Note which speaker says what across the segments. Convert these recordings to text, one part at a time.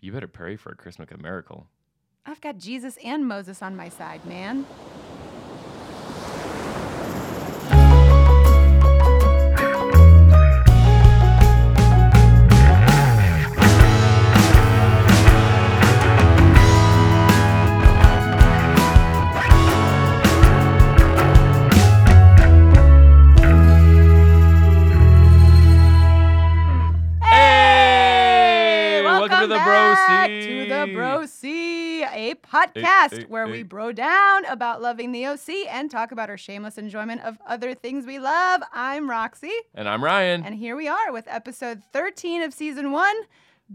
Speaker 1: You better pray for a Christmas miracle.
Speaker 2: I've got Jesus and Moses on my side, man.
Speaker 1: Hey! Welcome, to the Bro
Speaker 2: back
Speaker 1: Seat.
Speaker 2: to the Bro C, a podcast
Speaker 1: Hey, hey,
Speaker 2: where
Speaker 1: hey.
Speaker 2: we bro down about loving the OC and talk about our shameless enjoyment of other things we love. I'm Roxy,
Speaker 1: And I'm Ryan.
Speaker 2: and here we are with episode 13 of season one.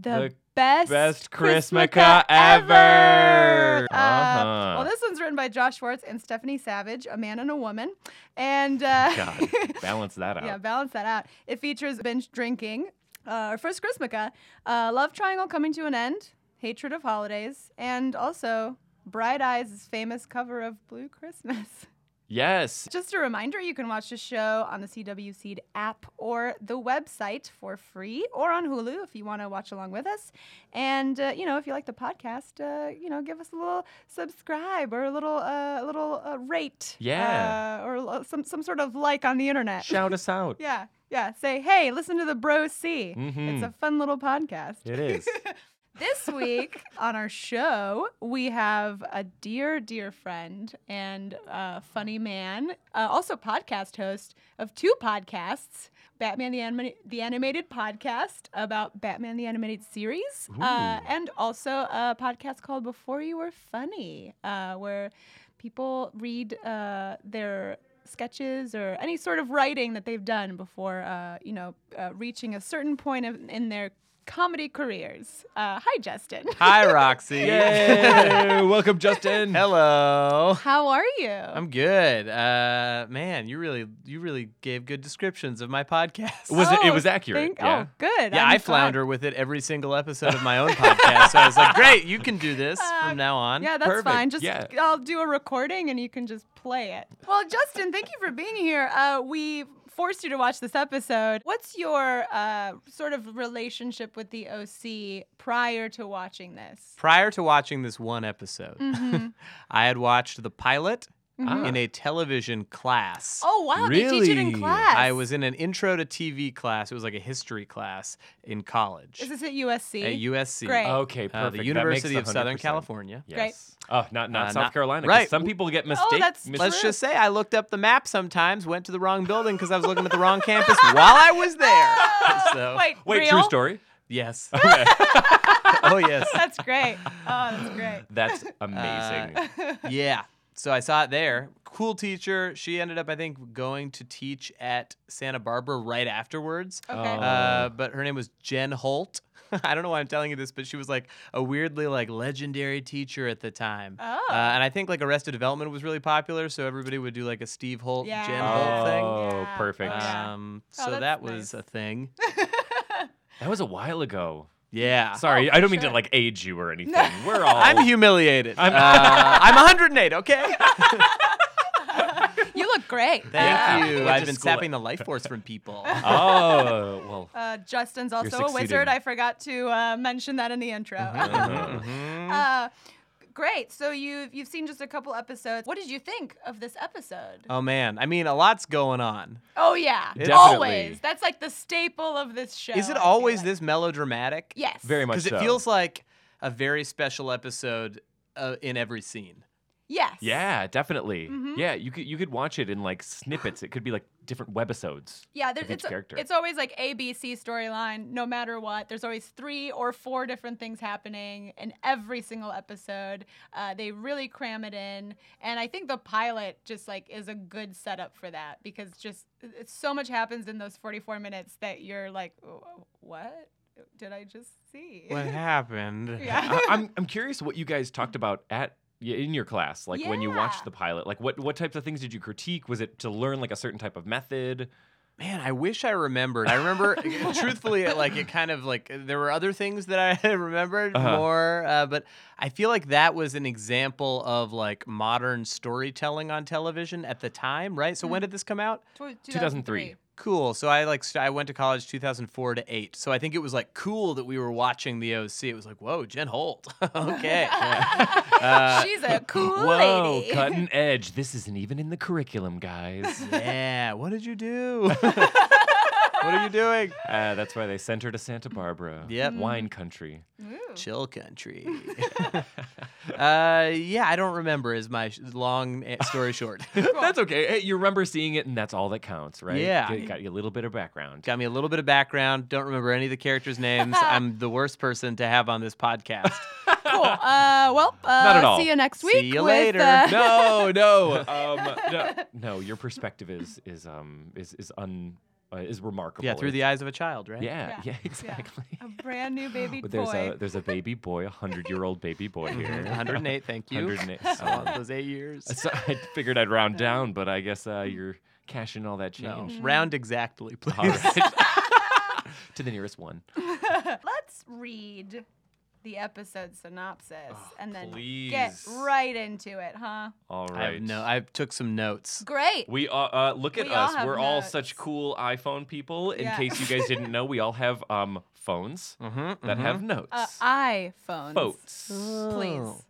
Speaker 2: The,
Speaker 1: The
Speaker 2: best,
Speaker 1: Best
Speaker 2: Christmaka
Speaker 1: Christmaka ever.
Speaker 2: Uh,
Speaker 1: Uh-huh.
Speaker 2: Well, this one's written by Josh Schwartz and Stephanie Savage, a man and a woman, and uh,
Speaker 1: Oh, God, balance that out.
Speaker 2: Yeah, balance that out. It features binge drinking, uh, our first Christmaka, uh, love triangle coming to an end, hatred of holidays, and also Bright Eyes' famous cover of Blue Christmas.
Speaker 1: Yes.
Speaker 2: Just a reminder, you can watch the show on the CW Seed app or the website for free, or on Hulu if you want to watch along with us. And uh, you know, if you like the podcast, uh, you know, give us a little subscribe or a little, uh, a little uh, rate,
Speaker 1: Yeah.
Speaker 2: uh, or lo- some some sort of like on the internet.
Speaker 1: Shout us out.
Speaker 2: Yeah, yeah. Say, hey, listen to the Bro C. It's
Speaker 1: Mhm.
Speaker 2: a fun little podcast.
Speaker 1: It is.
Speaker 2: This week on our show, we have a dear, dear friend and uh, funny man, uh, also podcast host of two podcasts Batman the, Anima- the Animated Podcast about Batman the Animated Series,
Speaker 1: Ooh.
Speaker 2: uh, and also a podcast called Before You Were Funny, uh, where people read uh, their sketches or any sort of writing that they've done before, uh, you know, uh, reaching a certain point of, in their comedy careers. Uh, hi, Justin.
Speaker 3: Hi, Roxy.
Speaker 1: Yay! Welcome, Justin.
Speaker 3: Hello.
Speaker 2: How are you?
Speaker 3: I'm good. Uh, man, you really, you really gave good descriptions of my podcast.
Speaker 1: Was it? It
Speaker 2: Oh,
Speaker 1: was accurate.
Speaker 2: Thank-
Speaker 1: yeah.
Speaker 2: Oh, good.
Speaker 3: yeah,
Speaker 2: I'm
Speaker 3: I
Speaker 2: glad.
Speaker 3: flounder with it every single episode of my own podcast. So I was like, great, you can do this
Speaker 2: Uh,
Speaker 3: from now on.
Speaker 2: Yeah, that's
Speaker 1: Perfect.
Speaker 2: fine. Just
Speaker 1: Yeah.
Speaker 2: I'll do a recording and you can just play it. Well, Justin, thank you for being here. Uh, we forced you to watch this episode. What's your uh, sort of relationship with the OC prior to watching this?
Speaker 3: Prior to watching this one episode,
Speaker 2: Mhm.
Speaker 3: I had watched the pilot
Speaker 1: Mhm.
Speaker 3: in a television class.
Speaker 2: Mm-hmm. Oh wow, they teach it in
Speaker 1: Really?
Speaker 2: class.
Speaker 3: I was in an intro to TV class. It was like a history class in college
Speaker 2: Is this at USC?
Speaker 3: at USC.
Speaker 2: Great.
Speaker 1: Okay, perfect.
Speaker 3: Uh,
Speaker 1: That
Speaker 3: the
Speaker 1: makes
Speaker 3: University of Southern
Speaker 1: 100%.
Speaker 3: California.
Speaker 1: Yes. Oh, not not
Speaker 3: Uh,
Speaker 1: South
Speaker 3: not-
Speaker 1: Carolina. 'cause
Speaker 3: right.
Speaker 1: Some people get mistake.
Speaker 2: Oh, that's
Speaker 1: mis-
Speaker 3: Let's
Speaker 2: True.
Speaker 3: just say I looked up the map sometimes, went to the wrong building because I was looking at the wrong campus while I was there. So,
Speaker 2: Oh, Wait,
Speaker 1: Wait,
Speaker 2: real?
Speaker 1: true story.
Speaker 3: Yes.
Speaker 1: Okay.
Speaker 3: Oh, yes.
Speaker 2: That's great. Oh, that's great.
Speaker 1: That's
Speaker 3: Uh,
Speaker 1: amazing.
Speaker 3: Yeah. So I saw it there. Cool teacher. She ended up, I think, going to teach at Santa Barbara right afterwards.
Speaker 2: Okay.
Speaker 1: Oh.
Speaker 3: Uh, but her name was Jen Holt. I don't know why I'm telling you this, but she was like a weirdly like legendary teacher at the time.
Speaker 2: Oh.
Speaker 3: Uh, and I think like Arrested Development was really popular, so everybody would do like a Steve Holt,
Speaker 2: yeah.
Speaker 3: Jen
Speaker 1: Oh,
Speaker 3: Holt thing.
Speaker 2: Yeah.
Speaker 1: perfect.
Speaker 2: Yeah.
Speaker 3: Um,
Speaker 2: Oh,
Speaker 3: so
Speaker 2: that's
Speaker 3: that
Speaker 2: nice.
Speaker 3: was a thing.
Speaker 1: That was a while ago.
Speaker 3: Yeah.
Speaker 1: Sorry,
Speaker 2: Oh,
Speaker 1: I don't
Speaker 2: for
Speaker 1: mean to
Speaker 2: sure.
Speaker 1: like age you or anything. We're all.
Speaker 3: I'm humiliated.
Speaker 1: I'm-
Speaker 3: I'm, uh, I'm 108, okay?
Speaker 2: you look great.
Speaker 3: Thank you.
Speaker 1: Went to
Speaker 3: I've been
Speaker 1: school at-
Speaker 3: sapping the life force from people. Uh-huh.
Speaker 1: oh well.
Speaker 2: Uh, Justin's also a wizard.
Speaker 1: succeeding.
Speaker 2: I forgot to uh, mention that in the intro.
Speaker 3: Mm-hmm.
Speaker 1: Uh,
Speaker 2: uh, great. So you've you've seen just a couple episodes. What did you think of this episode?
Speaker 3: Oh, man. I mean, a lot's going on.
Speaker 2: oh yeah,
Speaker 3: Definitely.
Speaker 2: always. That's like the staple of this show.
Speaker 3: Is
Speaker 2: I
Speaker 3: it
Speaker 2: feel
Speaker 3: always
Speaker 2: like.
Speaker 3: this melodramatic?
Speaker 2: Yes.
Speaker 1: Very much
Speaker 3: Because it
Speaker 1: so.
Speaker 3: feels like a very special episode uh, in every scene.
Speaker 2: Yes.
Speaker 1: Yeah, definitely.
Speaker 2: Mhm.
Speaker 1: Yeah, you could you could watch it in like snippets. It could be like different webisodes.
Speaker 2: Yeah, there,
Speaker 1: of each
Speaker 2: it's, a-
Speaker 1: character.
Speaker 2: it's always like A, B, C storyline, no matter what. There's always three or four different things happening in every single episode. Uh, they really cram it in. And I think the pilot just like is a good setup for that because just it's so much happens in those 44 minutes that you're like, "Wh- what did I just see?
Speaker 3: happened?
Speaker 2: yeah.
Speaker 1: I, I'm I'm curious what you guys talked about at y- in your class, like when you
Speaker 2: Yeah.
Speaker 1: watched the pilot. Like what what types of things did you critique? Was it to learn like a certain type of method?
Speaker 3: Man, I wish I remembered. I remember, truthfully, it, like it kind of like there were other things that I remembered
Speaker 1: Uh-huh.
Speaker 3: more, uh, but I feel like that was an example of like modern storytelling on television at the time, right? So when did this come out?
Speaker 2: Tw-
Speaker 1: 2003.
Speaker 3: cool. So I like st- I went to college 2004 to 8. So I think it was like cool that we were watching the OC. It was like, "Whoa, Jen Holt." okay. Uh,
Speaker 2: She's a cool
Speaker 1: Whoa,
Speaker 2: lady.
Speaker 1: cut and edge. This isn't even in the curriculum, guys.
Speaker 3: yeah, what did you do? what are you doing?
Speaker 1: uh, that's why they sent her to Santa Barbara.
Speaker 3: Yep.
Speaker 2: Mm-hmm.
Speaker 1: Wine country.
Speaker 2: Ooh.
Speaker 3: Chill country. uh, yeah, I don't remember. Is my sh- long a- story short?
Speaker 1: That's okay. Hey, you remember seeing it, and that's all that counts, right?
Speaker 3: Yeah.
Speaker 1: Got, got you a little bit of background.
Speaker 3: Got me a little bit of background. Don't remember any of the characters' names. I'm the worst person to have on this podcast.
Speaker 2: cool. Uh, well, uh,
Speaker 1: at all.
Speaker 2: see you next
Speaker 3: See
Speaker 2: week.
Speaker 3: you
Speaker 2: with,
Speaker 3: later.
Speaker 2: uh,
Speaker 1: no, no, um, no, no. Your perspective is is um is is un uh, is remarkable.
Speaker 3: yeah, through the eyes of a child, right?
Speaker 1: yeah,
Speaker 2: Yeah.
Speaker 1: yeah,
Speaker 2: Yeah.
Speaker 1: exactly.
Speaker 2: a brand new baby
Speaker 1: But
Speaker 2: boy.
Speaker 1: there's a there's a baby boy, a hundred year old baby boy
Speaker 3: Mm-hmm.
Speaker 1: here.
Speaker 3: 108. Thank you.
Speaker 1: 108,
Speaker 3: I want
Speaker 1: sorry.
Speaker 3: those eight years.
Speaker 1: Uh, So I figured I'd round down, but I guess
Speaker 2: Mm.
Speaker 1: uh, you're cashing all that
Speaker 3: No,
Speaker 1: change
Speaker 3: round exactly, please.
Speaker 1: All right. to the nearest one.
Speaker 2: Let's read the episode synopsis
Speaker 3: Oh,
Speaker 2: and then get
Speaker 1: Ah, please.
Speaker 2: right into it, huh?
Speaker 1: All
Speaker 3: I
Speaker 1: right.
Speaker 3: have no, I took some notes.
Speaker 2: Great.
Speaker 1: We are uh, look at
Speaker 2: We all
Speaker 1: us.
Speaker 2: have
Speaker 1: We're all
Speaker 2: notes.
Speaker 1: such cool iPhone people. In
Speaker 2: Yeah.
Speaker 1: case you guys didn't know, we all have um phones
Speaker 3: Mm-hmm,
Speaker 1: that have notes.
Speaker 2: uh, iPhones.
Speaker 1: Boats.
Speaker 2: Please.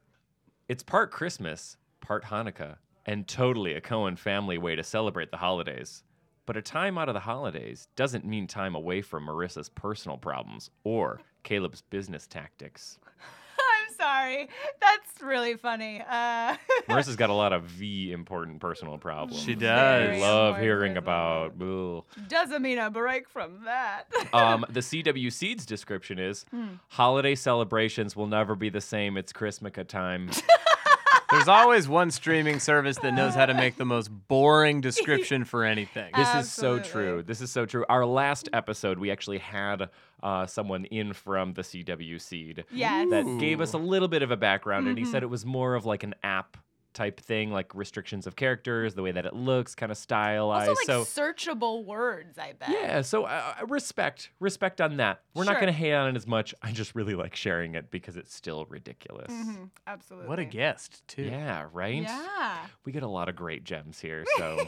Speaker 1: It's part Christmas, part Hanukkah, and totally a Cohen family way to celebrate the holidays. But a time out of the holidays doesn't mean time away from Marissa's personal problems or Caleb's business tactics.
Speaker 2: I'm sorry. That's really funny. Uh,
Speaker 1: Marissa's got a lot of V important personal problems.
Speaker 3: She
Speaker 1: I
Speaker 3: does.
Speaker 1: love
Speaker 2: important
Speaker 1: hearing
Speaker 2: personal
Speaker 1: about.
Speaker 2: problems.
Speaker 1: Ugh.
Speaker 2: Doesn't mean a break from that.
Speaker 1: um, the CW Seeds description is
Speaker 2: Hmm.
Speaker 1: holiday celebrations will never be the same. It's Christmas time.
Speaker 3: There's always one streaming service that knows how to make the most boring description for anything.
Speaker 1: This
Speaker 2: Absolutely.
Speaker 1: is so true. This is so true. Our last episode, we actually had uh, someone in from the CW Seed
Speaker 2: yes. Mm-hmm.
Speaker 1: that gave us a little bit of a background, and he said it was more of like an app type thing, like restrictions of characters, the way that it looks, kind of stylized.
Speaker 2: also, like
Speaker 1: so
Speaker 2: searchable words, I bet.
Speaker 1: Yeah, so uh, uh, respect, respect on that. We're not
Speaker 2: Sure.
Speaker 1: going to hate on it as much. I just really like sharing it because it's still ridiculous.
Speaker 2: Mhm, Absolutely.
Speaker 3: what a guest, too.
Speaker 1: Yeah, right.
Speaker 2: Yeah.
Speaker 1: We get a lot of great gems here, so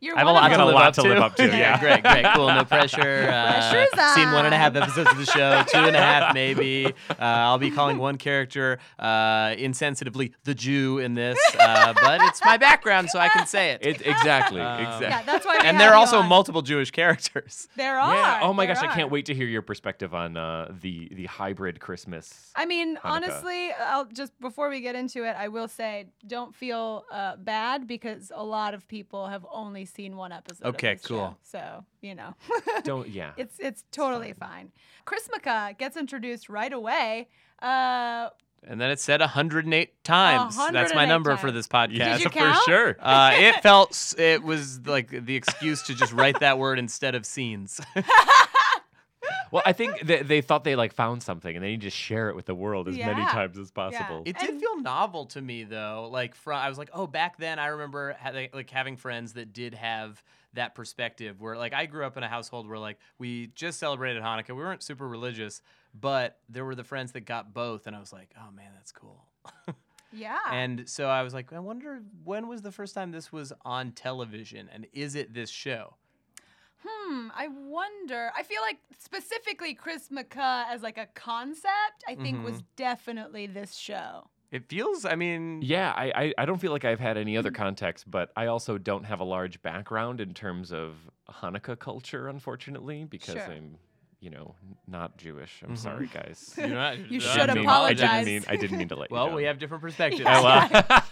Speaker 2: You're
Speaker 3: I have a
Speaker 2: one
Speaker 3: lot,
Speaker 1: got
Speaker 2: of
Speaker 3: to,
Speaker 1: a
Speaker 2: them.
Speaker 3: live
Speaker 1: lot
Speaker 3: up
Speaker 1: to live up to,
Speaker 3: Yeah,
Speaker 2: yeah.
Speaker 3: great, great, cool, no pressure. Uh,
Speaker 2: Pressure's
Speaker 3: seen one and a half
Speaker 2: on.
Speaker 3: episodes of the show, two and a half maybe. Uh, I'll be calling one character uh, insensitively the Jew in this, uh, but it's my background, so I can say it.
Speaker 1: it, exactly,
Speaker 3: Um,
Speaker 1: exactly.
Speaker 2: Yeah, that's why. we
Speaker 3: and
Speaker 2: have
Speaker 3: there are
Speaker 2: you
Speaker 3: also
Speaker 2: on.
Speaker 3: multiple Jewish characters.
Speaker 2: There are.
Speaker 1: Yeah. Oh my
Speaker 2: there
Speaker 1: gosh, I
Speaker 2: are.
Speaker 1: can't wait to hear your perspective on uh, the the hybrid Christmas.
Speaker 2: I mean,
Speaker 1: Hanukkah.
Speaker 2: honestly, I'll just before we get into it, I will say, don't feel uh, bad because a lot of people have only seen one episode. of
Speaker 3: Okay,
Speaker 2: this
Speaker 3: cool.
Speaker 2: show. so you know,
Speaker 1: Don't yeah.
Speaker 2: it's it's totally fine. Chris Chrismica gets introduced right away. Uh,
Speaker 3: And then it said 108 times. That's my
Speaker 2: 108
Speaker 3: number for
Speaker 2: times.
Speaker 3: this podcast.
Speaker 2: Did you
Speaker 1: for
Speaker 2: count?
Speaker 1: sure.
Speaker 3: Uh, it felt s- it was like the excuse to just write that word instead of scenes.
Speaker 1: Well, I think they, they thought they like found something and they need to share it with the world as many
Speaker 2: Yeah.
Speaker 1: times as possible.
Speaker 3: It did
Speaker 2: And-
Speaker 3: feel novel to me though. Like from I was like, oh, back then I remember ha- like- like having friends that did have that perspective where like I grew up in a household where like we just celebrated Hanukkah. We weren't super religious, but there were the friends that got both, and I was like, oh man, that's cool.
Speaker 2: yeah.
Speaker 3: And so I was like, I wonder when was the first time this was on television, and is it this show?
Speaker 2: Hmm, I wonder. I feel like specifically Chris McCa as like a concept, I think was definitely this show.
Speaker 3: It feels. I mean,
Speaker 1: yeah, I, I I don't feel like I've had any other
Speaker 2: Mm.
Speaker 1: context, but I also don't have a large background in terms of Hanukkah culture, unfortunately, because
Speaker 2: Sure.
Speaker 1: I'm you know n- not Jewish. I'm
Speaker 3: Mhm.
Speaker 1: sorry, guys.
Speaker 3: you're not-
Speaker 2: You
Speaker 1: I
Speaker 2: should
Speaker 1: didn't mean- I didn't
Speaker 2: apologize.
Speaker 1: mean I didn't mean to let you
Speaker 3: Well,
Speaker 1: down.
Speaker 3: we have different perspectives.
Speaker 1: Oh, well.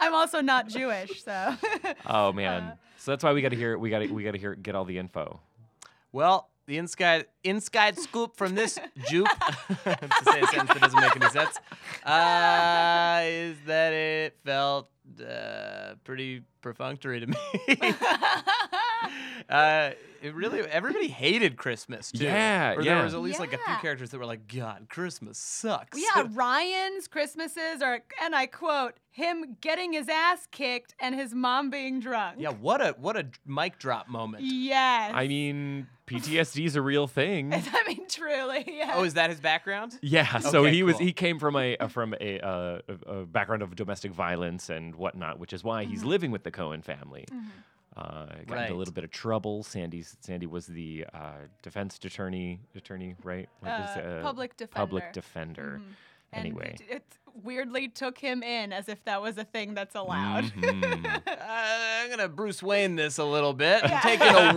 Speaker 2: I'm also not Jewish, so Uh.
Speaker 1: Oh man. so that's why we got to hear. We got to. We got to hear. Get all the info.
Speaker 3: Well, the inside inside scoop from this jupe to say a sentence that doesn't make any sense uh, is that it felt uh, pretty perfunctory to me. uh, it really everybody hated Christmas too.
Speaker 1: Yeah,
Speaker 3: or
Speaker 1: yeah.
Speaker 3: There was at least like a few
Speaker 2: Yeah.
Speaker 3: characters that were like, God, Christmas sucks.
Speaker 2: yeah, Ryan's Christmases are, and I quote, him getting his ass kicked and his mom being drunk.
Speaker 3: yeah. What a what a mic drop moment.
Speaker 2: Yes.
Speaker 1: I mean, PTSD is a real thing.
Speaker 2: I mean, truly. Yeah.
Speaker 3: Oh, is that his background?
Speaker 1: Yeah. So
Speaker 3: Okay,
Speaker 1: he was.
Speaker 3: cool.
Speaker 1: He came from a uh, from a, uh,
Speaker 2: Mm-hmm.
Speaker 1: a- a background of domestic violence and whatnot, which is why he's living with the Cohen family. Uh, got
Speaker 3: Right.
Speaker 1: into a little bit of trouble. Sandy Sandy was the uh, defense attorney, attorney, right? What is,
Speaker 2: Uh, public
Speaker 1: Public
Speaker 2: defender.
Speaker 1: defender.
Speaker 2: Mhm. And
Speaker 1: Anyway,
Speaker 2: it, it weirdly took him in as if that was a thing that's allowed.
Speaker 1: Mhm.
Speaker 3: Uh, I'm gonna Bruce Wayne this a little bit.
Speaker 2: Yeah.
Speaker 3: and Take an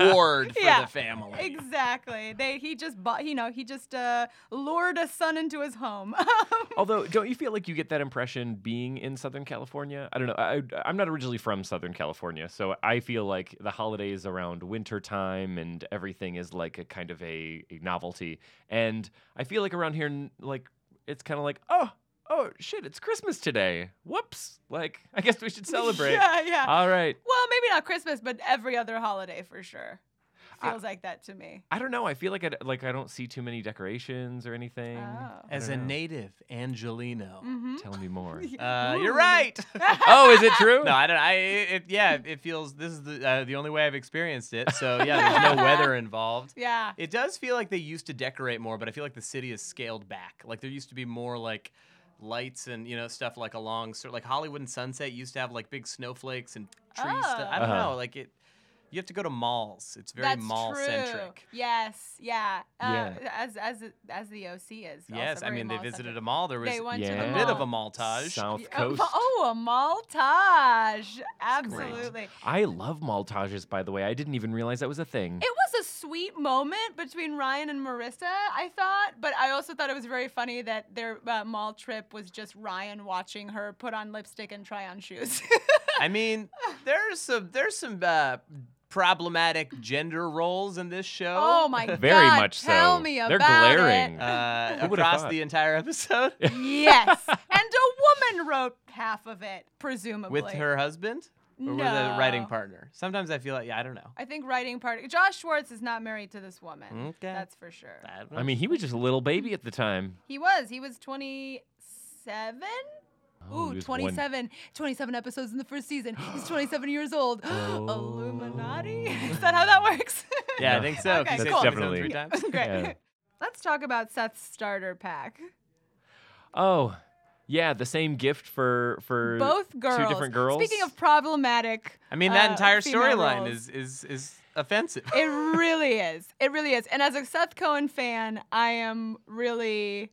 Speaker 3: award for
Speaker 2: Yeah.
Speaker 3: the family.
Speaker 2: exactly. They he just bought. You know, he just uh, lured a son into his home.
Speaker 1: Although, don't you feel like you get that impression being in Southern California? I don't know. I, I'm not originally from Southern California, so I feel like the holidays around winter time and everything is like a kind of a, a novelty. And I feel like around here, n- like it's kind of like, oh, oh shit, it's Christmas today. Whoops! Like I guess we should celebrate.
Speaker 2: yeah,
Speaker 3: Uh,
Speaker 2: yeah.
Speaker 1: All right.
Speaker 2: well, maybe not Christmas, but every other holiday for sure.
Speaker 1: I-
Speaker 2: Feels like that to me.
Speaker 1: I don't know. I feel like I d- like I don't see too many decorations or anything.
Speaker 2: Oh.
Speaker 1: I
Speaker 3: As a
Speaker 1: don't know.
Speaker 3: native Angelino.
Speaker 2: hmm
Speaker 1: tell me more.
Speaker 3: Uh, you're
Speaker 2: Ooh.
Speaker 3: right.
Speaker 1: oh, is it true?
Speaker 3: No, I don't. I it, yeah, it feels. This is the uh, the only way I've experienced it. So yeah, there's no weather involved.
Speaker 2: Yeah.
Speaker 3: It does feel like they used to decorate more, but I feel like the city is scaled back. Like there used to be more like lights and you know stuff like along sort like Hollywood and Sunset used to have like big snowflakes and trees. I don't
Speaker 1: Uh-huh.
Speaker 3: know. Like it, you have to go to malls. It's very
Speaker 2: That's
Speaker 3: mall
Speaker 2: true.
Speaker 3: centric.
Speaker 2: Yes, yeah. Uh,
Speaker 1: Yeah.
Speaker 2: As as as the OC is.
Speaker 3: Yes,
Speaker 2: also
Speaker 3: I
Speaker 2: very
Speaker 3: mean they
Speaker 2: mall-centric.
Speaker 3: visited a mall. There was
Speaker 2: They went to
Speaker 1: Yeah.
Speaker 2: the
Speaker 3: a bit of a
Speaker 2: mall.
Speaker 3: montage.
Speaker 1: South
Speaker 2: Yeah, a
Speaker 1: Coast.
Speaker 2: ma- oh, a maltage! Absolutely.
Speaker 1: I love montages, by the way. I didn't even realize that was a thing.
Speaker 2: It was a sweet moment between Ryan and Marissa, I thought, but I also thought it was very funny that their uh, mall trip was just Ryan watching her put on lipstick and try on shoes.
Speaker 3: I mean, there's some there's some uh, problematic gender roles in this show.
Speaker 2: oh my god!
Speaker 1: Very much so.
Speaker 2: Tell me
Speaker 1: They're
Speaker 2: about it.
Speaker 1: glaring.
Speaker 3: Uh,
Speaker 1: Who would've
Speaker 3: across
Speaker 1: thought?
Speaker 3: the entire episode
Speaker 2: yes, and a woman wrote half of it, presumably.
Speaker 3: with her husband or with a writing
Speaker 2: No.
Speaker 3: partner. Sometimes I feel like yeah, I don't know.
Speaker 2: I think writing part. Josh Schwartz is not married to this woman.
Speaker 3: Okay.
Speaker 2: That's for sure.
Speaker 3: I, don't know.
Speaker 1: I mean, he was just a little baby at the time.
Speaker 2: He was. He was 27?
Speaker 1: Oh, he
Speaker 2: Ooh,
Speaker 1: was one-
Speaker 2: 27. 27 episodes in the first season. He's 27 years old. Illuminati?
Speaker 1: Oh.
Speaker 2: Is that how that works?
Speaker 3: yeah, I
Speaker 1: No.
Speaker 3: think so. if
Speaker 2: Okay,
Speaker 3: you say
Speaker 2: cool.
Speaker 3: something
Speaker 1: Definitely.
Speaker 3: Three times.
Speaker 2: Great.
Speaker 1: Yeah.
Speaker 2: Let's talk about Seth's starter pack.
Speaker 1: Oh, yeah, the same gift for for
Speaker 2: Both girls.
Speaker 1: two different girls.
Speaker 2: Speaking of problematic.
Speaker 3: I mean, that
Speaker 2: uh,
Speaker 3: entire
Speaker 2: female
Speaker 3: storyline
Speaker 2: roles.
Speaker 3: is is is offensive.
Speaker 2: It really is. It really is. And as a Seth Cohen fan, I am really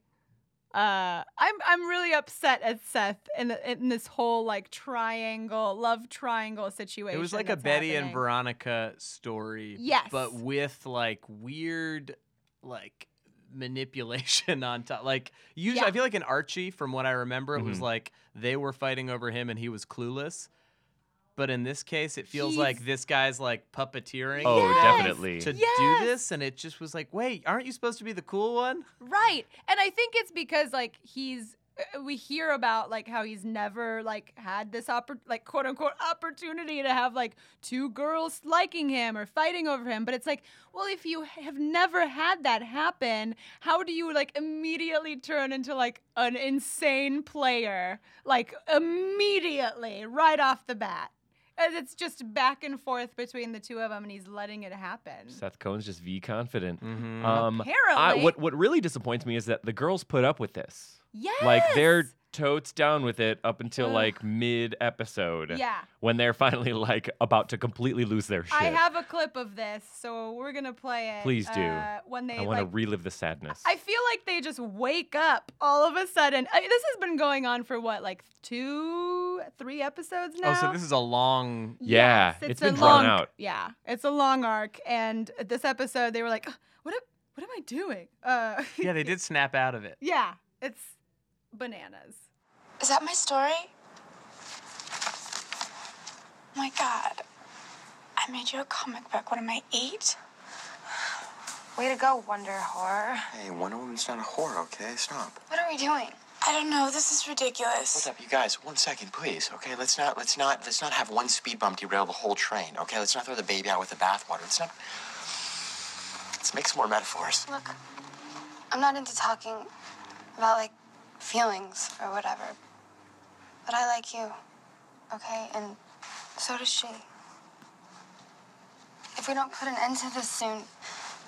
Speaker 2: uh I'm I'm really upset at Seth in the, in this whole like triangle, love triangle situation.
Speaker 3: It was like a
Speaker 2: that's
Speaker 3: Betty and
Speaker 2: happening.
Speaker 3: Veronica story.
Speaker 2: Yes.
Speaker 3: But with like weird like manipulation on top. Like usually
Speaker 2: Yeah.
Speaker 3: I feel like in Archie, from what I remember, it was
Speaker 1: Mhm.
Speaker 3: like they were fighting over him and he was clueless. But in this case, it feels like
Speaker 2: He's-
Speaker 3: this guy's like puppeteering.
Speaker 1: oh,
Speaker 2: Yes!
Speaker 1: definitely.
Speaker 3: To
Speaker 2: Yes!
Speaker 3: do this, and it just was like, wait, aren't you supposed to be the cool one?
Speaker 2: Right. And I think it's because like he's uh, we hear about like how he's never like had this oppor- like quote unquote opportunity to have like two girls liking him or fighting over him but it's like well if you have never had that happen how do you like immediately turn into like an insane player like immediately right off the bat and it's just back and forth between the two of them and he's letting it happen
Speaker 1: Seth Cohen's just v confident.
Speaker 3: Mm-hmm.
Speaker 1: Um, I,
Speaker 2: Apparently-
Speaker 1: what what really disappoints me is that the girls put up with this.
Speaker 2: yes
Speaker 1: Like they're totes down with it up until
Speaker 2: Ugh.
Speaker 1: like mid episode
Speaker 2: yeah
Speaker 1: when they're finally like about to completely lose their shit.
Speaker 2: I have a clip of this, so we're gonna play it.
Speaker 1: Please do.
Speaker 2: Uh, when
Speaker 1: I
Speaker 2: they
Speaker 1: want
Speaker 2: like,
Speaker 1: to relive the sadness.
Speaker 2: I feel like they just wake up all of a sudden. I, this has been going on for what, like two, three episodes now.
Speaker 3: oh, so this is a long
Speaker 1: Yeah,
Speaker 2: Yes,
Speaker 1: it's
Speaker 2: a
Speaker 1: been drawn
Speaker 2: long,
Speaker 1: out.
Speaker 2: Yeah, it's a long arc, and this episode they were like, "Ugh, "What? Am, what am I doing?" Uh,
Speaker 3: Yeah, they did snap out of it.
Speaker 2: yeah, it's bananas.
Speaker 4: Is that my story? My God. I made you a comic book. What am I, eight?
Speaker 5: Way to go, Wonder Horror.
Speaker 6: Hey, Wonder Woman's not a whore, okay? Stop.
Speaker 5: What are we doing?
Speaker 4: I don't know. This is ridiculous.
Speaker 6: What's up, you guys? One second, please. Okay, let's not, let's not, let's not have one speed bump derail the whole train. Okay, let's not throw the baby out with the bathwater. Let's not. Let's make some more metaphors.
Speaker 5: Look, I'm not into talking about, like, feelings or whatever. But I like you, okay? And so does she. If we don't put an end to this soon,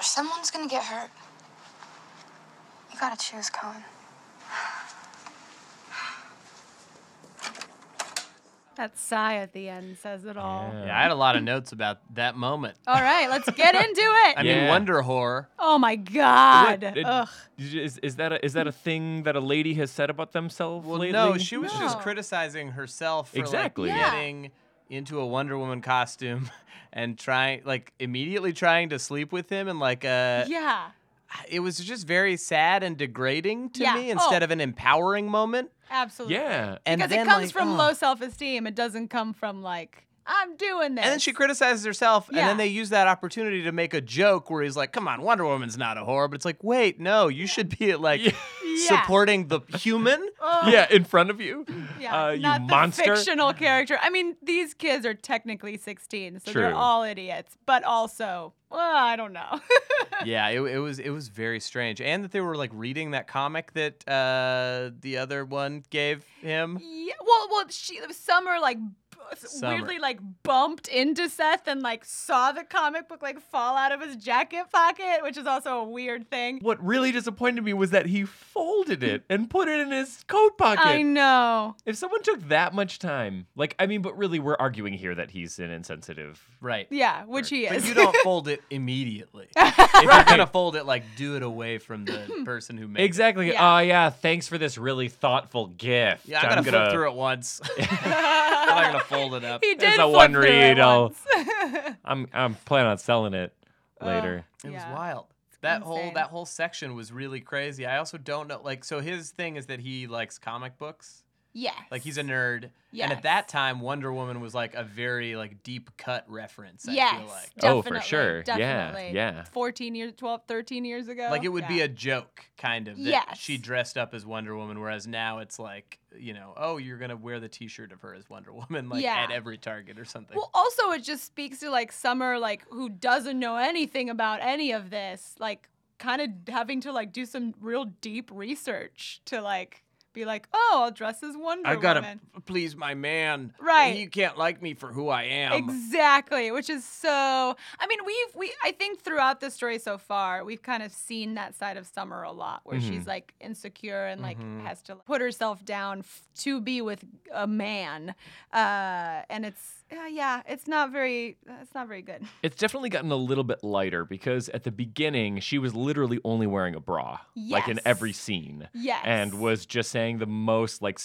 Speaker 5: someone's gonna get hurt. You gotta choose, Cohen.
Speaker 2: That sigh at the end says it all.
Speaker 3: Yeah, I had a lot of notes about that moment.
Speaker 2: All right, let's get into it.
Speaker 3: I mean,
Speaker 1: Yeah.
Speaker 3: Wonder Horror.
Speaker 2: oh my God.
Speaker 1: What- it-
Speaker 2: Ugh.
Speaker 1: Is, is that a, is that a thing that a lady has said about themselves
Speaker 3: Well,
Speaker 1: lately?
Speaker 3: no, she was just
Speaker 2: No.
Speaker 3: criticizing herself for like,
Speaker 1: Exactly.
Speaker 2: Yeah.
Speaker 3: getting into a Wonder Woman costume and trying, like, immediately trying to sleep with him, and like, uh,
Speaker 2: yeah,
Speaker 3: it was just very sad and degrading to
Speaker 2: Yeah.
Speaker 3: me instead
Speaker 2: Oh.
Speaker 3: of an empowering moment.
Speaker 2: absolutely.
Speaker 1: yeah.
Speaker 3: And
Speaker 2: Because
Speaker 3: then,
Speaker 2: it comes
Speaker 3: like,
Speaker 2: from
Speaker 3: oh.
Speaker 2: low self esteem. It doesn't come from, like, I'm doing this.
Speaker 3: And then she criticizes herself, and
Speaker 2: Yeah.
Speaker 3: then they use that opportunity to make a joke where he's like, "Come on, Wonder Woman's not a whore," but it's like, "Wait, no, you should be like
Speaker 1: Yeah.
Speaker 2: Yeah.
Speaker 3: supporting the human."
Speaker 2: Ugh.
Speaker 1: yeah, in front of you.
Speaker 2: Yeah,
Speaker 1: uh, you
Speaker 2: not the
Speaker 1: monster.
Speaker 2: fictional character. I mean, these kids are technically 16, so they're
Speaker 1: True.
Speaker 2: all idiots, but also, well, I don't know.
Speaker 3: yeah, it, it was it was very strange, and that they were like reading that comic that uh, the other one gave him.
Speaker 2: yeah, well, well, she some are like b-
Speaker 3: Some are-
Speaker 2: weirdly like bumped into Seth and like saw the comic book like fall out of his jacket pocket, which is also a weird thing.
Speaker 1: What really disappointed me was that he folded it and put it in his coat pocket.
Speaker 2: I know.
Speaker 1: If someone took that much time, like I mean, but really, we're arguing here that he's an insensitive.
Speaker 3: Right.
Speaker 2: Yeah, which he
Speaker 3: But
Speaker 2: is.
Speaker 3: you don't fold it immediately. if you're gonna fold it, like do it away from the person who made it.
Speaker 1: Exactly.
Speaker 2: Yeah.
Speaker 1: Oh yeah, thanks for this really thoughtful gift.
Speaker 3: Yeah, I'm gonna, flip through it once. I'm not gonna fold it up.
Speaker 2: he did
Speaker 1: There's a
Speaker 2: flip
Speaker 1: one
Speaker 2: through it
Speaker 1: read. I'll-
Speaker 2: once.
Speaker 1: I'm I'm planning on selling it later.
Speaker 3: It
Speaker 2: Yeah.
Speaker 3: was wild. That whole
Speaker 2: insane.
Speaker 3: that whole section was really crazy. I also don't know like so his thing is that he likes comic books.
Speaker 2: yes.
Speaker 3: Like he's a nerd. And
Speaker 2: Yes.
Speaker 3: at that time Wonder Woman was like a very like deep cut reference, I
Speaker 2: yes,
Speaker 3: feel like.
Speaker 1: Oh, for
Speaker 2: definitely,
Speaker 1: sure. Yeah,
Speaker 2: Definitely.
Speaker 1: yeah.
Speaker 2: 14 years, 12, 13 years ago.
Speaker 3: Like it would be
Speaker 2: Yeah.
Speaker 3: a joke kind of that
Speaker 2: Yes.
Speaker 3: she dressed up as Wonder Woman whereas now it's like, you know, oh, you're going to wear the t-shirt of her as Wonder Woman like
Speaker 2: Yeah.
Speaker 3: at every Target or something.
Speaker 2: Well, also it just speaks to like Summer, like who doesn't know anything about any of this, like kind of having to like do some real deep research to like be like, oh, I'll dress as Wonder
Speaker 3: I gotta
Speaker 2: Woman.
Speaker 3: p- please my man.
Speaker 2: Right.
Speaker 3: He can't like me for who I am.
Speaker 2: Exactly, which is so. I mean, we've we I think throughout the story so far, we've kind of seen that side of Summer a lot, where she's like insecure and like
Speaker 3: Mhm.
Speaker 2: has to put herself down f- to be with a man, uh, and it's uh, yeah, it's not very, it's not very good.
Speaker 1: It's definitely gotten a little bit lighter because at the beginning she was literally only wearing a bra, like in
Speaker 2: Yes.
Speaker 1: every scene.
Speaker 2: Yes,
Speaker 1: and was just saying the most like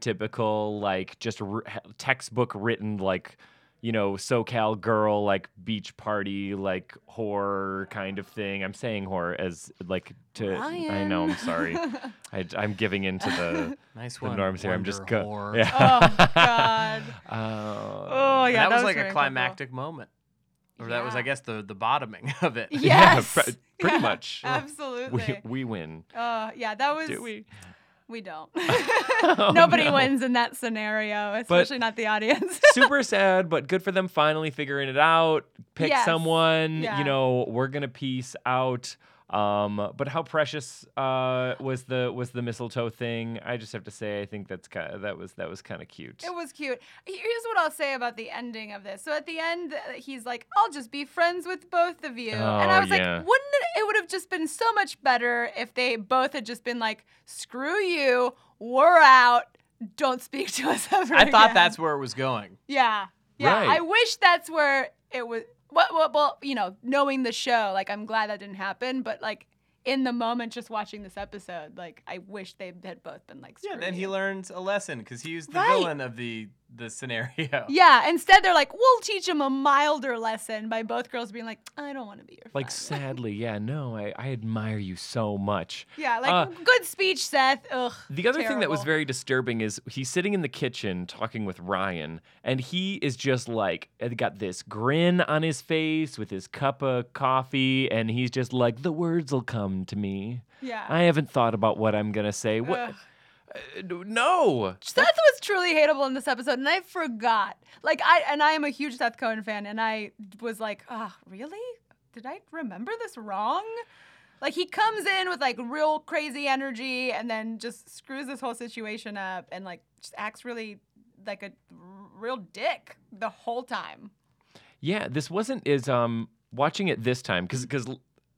Speaker 1: stereotypical like just r- textbook written like you know socal girl like beach party like horror kind of thing i'm saying horror as like to i know i'm sorry I, am giving into the
Speaker 3: Nice
Speaker 1: the
Speaker 3: one.
Speaker 1: norms here i'm
Speaker 3: Wonder
Speaker 1: just go
Speaker 3: whore.
Speaker 1: yeah.
Speaker 2: oh god.
Speaker 1: Uh,
Speaker 2: Oh
Speaker 3: And
Speaker 2: yeah,
Speaker 3: that, was like
Speaker 2: very
Speaker 3: a
Speaker 2: uncomfortable.
Speaker 3: climactic moment. Or that was, I
Speaker 2: Yeah.
Speaker 3: guess, the the bottoming of it.
Speaker 2: Yes.
Speaker 1: pr- pretty
Speaker 2: Yeah,
Speaker 1: much. we,
Speaker 2: Absolutely.
Speaker 1: we win
Speaker 2: Uh, yeah, that was.
Speaker 1: do we
Speaker 2: We don't.
Speaker 1: Oh,
Speaker 2: Nobody
Speaker 1: no.
Speaker 2: wins in that scenario, especially not the audience.
Speaker 1: super sad, but good for them finally figuring it out. Pick
Speaker 2: Yes.
Speaker 1: someone,
Speaker 2: Yeah.
Speaker 1: you know, we're gonna peace out. Um, but how precious uh, was the was the mistletoe thing? I just have to say, I think that's kind that was that was kind of cute.
Speaker 2: it was cute. Here's what I'll say about the ending of this. So at the end, uh, he's like, "I'll just be friends with both of you," and
Speaker 1: Oh,
Speaker 2: I was
Speaker 1: yeah.
Speaker 2: like, "Wouldn't it? It would have just been so much better if they both had just been like, screw you, we're out, don't speak to us ever."
Speaker 3: I thought
Speaker 2: again."
Speaker 3: that's where it was going.
Speaker 2: Yeah. Yeah.
Speaker 1: Right.
Speaker 2: I wish that's where it was. Well, well, well, you know, knowing the show, like, I'm glad that didn't happen, but like, in the moment, just watching this episode, like, I wish they had both been like,
Speaker 3: Yeah,
Speaker 2: screw
Speaker 3: then he
Speaker 2: you.
Speaker 3: learns a lesson because he was the
Speaker 2: Right.
Speaker 3: villain of the the scenario.
Speaker 2: Yeah, instead they're like, we'll teach him a milder lesson by both girls being like, I don't want to be your
Speaker 1: like
Speaker 2: friend.
Speaker 1: sadly, yeah, no, I, I admire you so much.
Speaker 2: yeah, like
Speaker 1: uh,
Speaker 2: good speech, Seth. Ugh.
Speaker 1: The other thing that was
Speaker 2: terrible.
Speaker 1: very disturbing is he's sitting in the kitchen talking with Ryan, and he is just like got this grin on his face with his cup of coffee, and he's just like, "The words will come to me."
Speaker 2: Yeah.
Speaker 1: I haven't thought about what I'm gonna say. What?
Speaker 2: Ugh.
Speaker 1: Uh, no.
Speaker 2: Seth was truly hateable in this episode, and I forgot. Like I and I am a huge Seth Cohen fan, and I was like, ah, really? Did I remember this wrong? Like he comes in with like real crazy energy, and then just screws this whole situation up, and like just acts really like a r- real dick the whole time.
Speaker 1: Yeah, this wasn't as um watching it this time because
Speaker 2: Hmm.
Speaker 1: because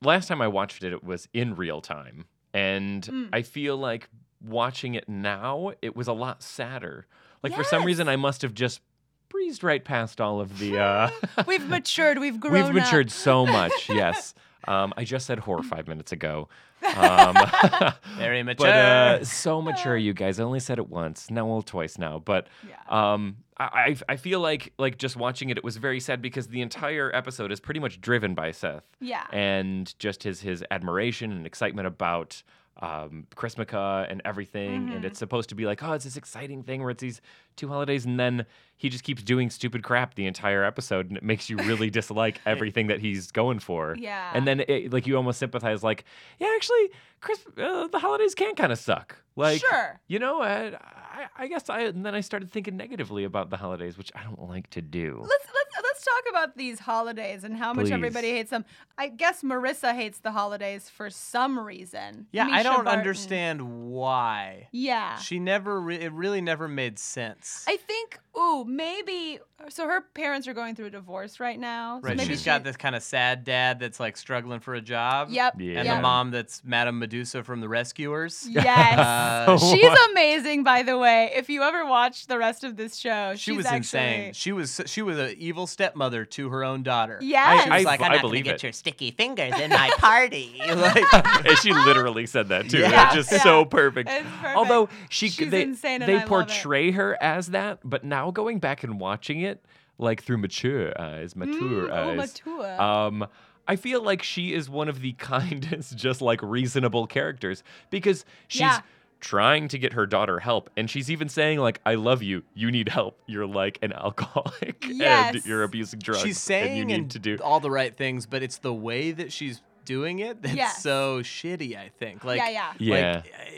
Speaker 1: last time I watched it, it was in real time, and I feel like watching it now, it was a lot sadder. Like for some
Speaker 2: Yes.
Speaker 1: reason, I must have just breezed right past all of the. Uh,
Speaker 2: We've matured. We've grown.
Speaker 1: we've
Speaker 2: up.
Speaker 1: matured so much. Yes. Um, I just said horror five minutes ago. Um,
Speaker 3: Very mature.
Speaker 1: but uh, so mature, you guys. I only said it once. Now, well, twice now. But um, I, I I feel like like just watching it, it was very sad because the entire episode is pretty much driven by Seth
Speaker 2: Yeah.
Speaker 1: and just his his admiration and excitement about um, Chrismica and everything.
Speaker 7: Mm-hmm.
Speaker 1: And it's supposed to be like, oh, it's this exciting thing where it's these two holidays, and then he just keeps doing stupid crap the entire episode, and it makes you really dislike everything that he's going for.
Speaker 2: Yeah.
Speaker 1: And then it, like you almost sympathize, like, yeah, actually, Chris, uh, the holidays can kind of suck. Like,
Speaker 2: Sure.
Speaker 1: You know, I, I, I guess I. And then I started thinking negatively about the holidays, which I don't like to do.
Speaker 2: Let's, let's, let's talk about these holidays and how much
Speaker 1: Please.
Speaker 2: everybody hates them. I guess Marissa hates the holidays for some reason.
Speaker 3: yeah,
Speaker 2: Misha
Speaker 3: I don't
Speaker 2: Barton.
Speaker 3: understand why.
Speaker 2: Yeah.
Speaker 3: She never. Re- it really never made sense.
Speaker 2: I think, ooh, maybe. So her parents are going through a divorce right now. So
Speaker 3: right.
Speaker 2: maybe
Speaker 3: she's
Speaker 2: she,
Speaker 3: got this kind of sad dad that's like struggling for a job.
Speaker 2: Yep.
Speaker 1: Yeah.
Speaker 3: And
Speaker 2: yep.
Speaker 3: the mom that's Madame Medusa from The Rescuers.
Speaker 2: Yes.
Speaker 3: Uh,
Speaker 2: she's amazing, by the way. If you ever watch the rest of this show,
Speaker 3: she
Speaker 2: she's
Speaker 3: was
Speaker 2: actually,
Speaker 3: insane. She was she was an evil stepmother to her own daughter.
Speaker 2: Yes.
Speaker 1: I-
Speaker 7: She's like,
Speaker 1: I
Speaker 7: I'm not
Speaker 1: believe
Speaker 7: gonna get
Speaker 1: it.
Speaker 7: your sticky fingers in my party.
Speaker 3: Like,
Speaker 1: and she literally said that too.
Speaker 3: Yeah.
Speaker 1: It's just
Speaker 2: Yeah.
Speaker 1: so perfect.
Speaker 2: It's perfect.
Speaker 1: Although she
Speaker 2: She's
Speaker 1: they
Speaker 2: insane and
Speaker 1: they
Speaker 2: I love it.
Speaker 1: portray her as that, but now going back and watching it like through mature eyes, mature
Speaker 2: Mm, oh,
Speaker 1: eyes.
Speaker 3: uh,
Speaker 2: mature.
Speaker 1: Um I feel like she is one of the kindest just like reasonable characters because she's
Speaker 2: Yeah.
Speaker 1: trying to get her daughter help and she's even saying like I love you, you need help. You're like an alcoholic and
Speaker 2: Yes.
Speaker 1: you're abusing drugs
Speaker 3: she's saying
Speaker 1: and you need
Speaker 3: and
Speaker 1: to do
Speaker 3: all the right things, but it's the way that she's doing it that's
Speaker 2: Yes.
Speaker 3: so shitty. I think. Like,
Speaker 2: yeah, yeah.
Speaker 1: Yeah.
Speaker 3: Like, uh,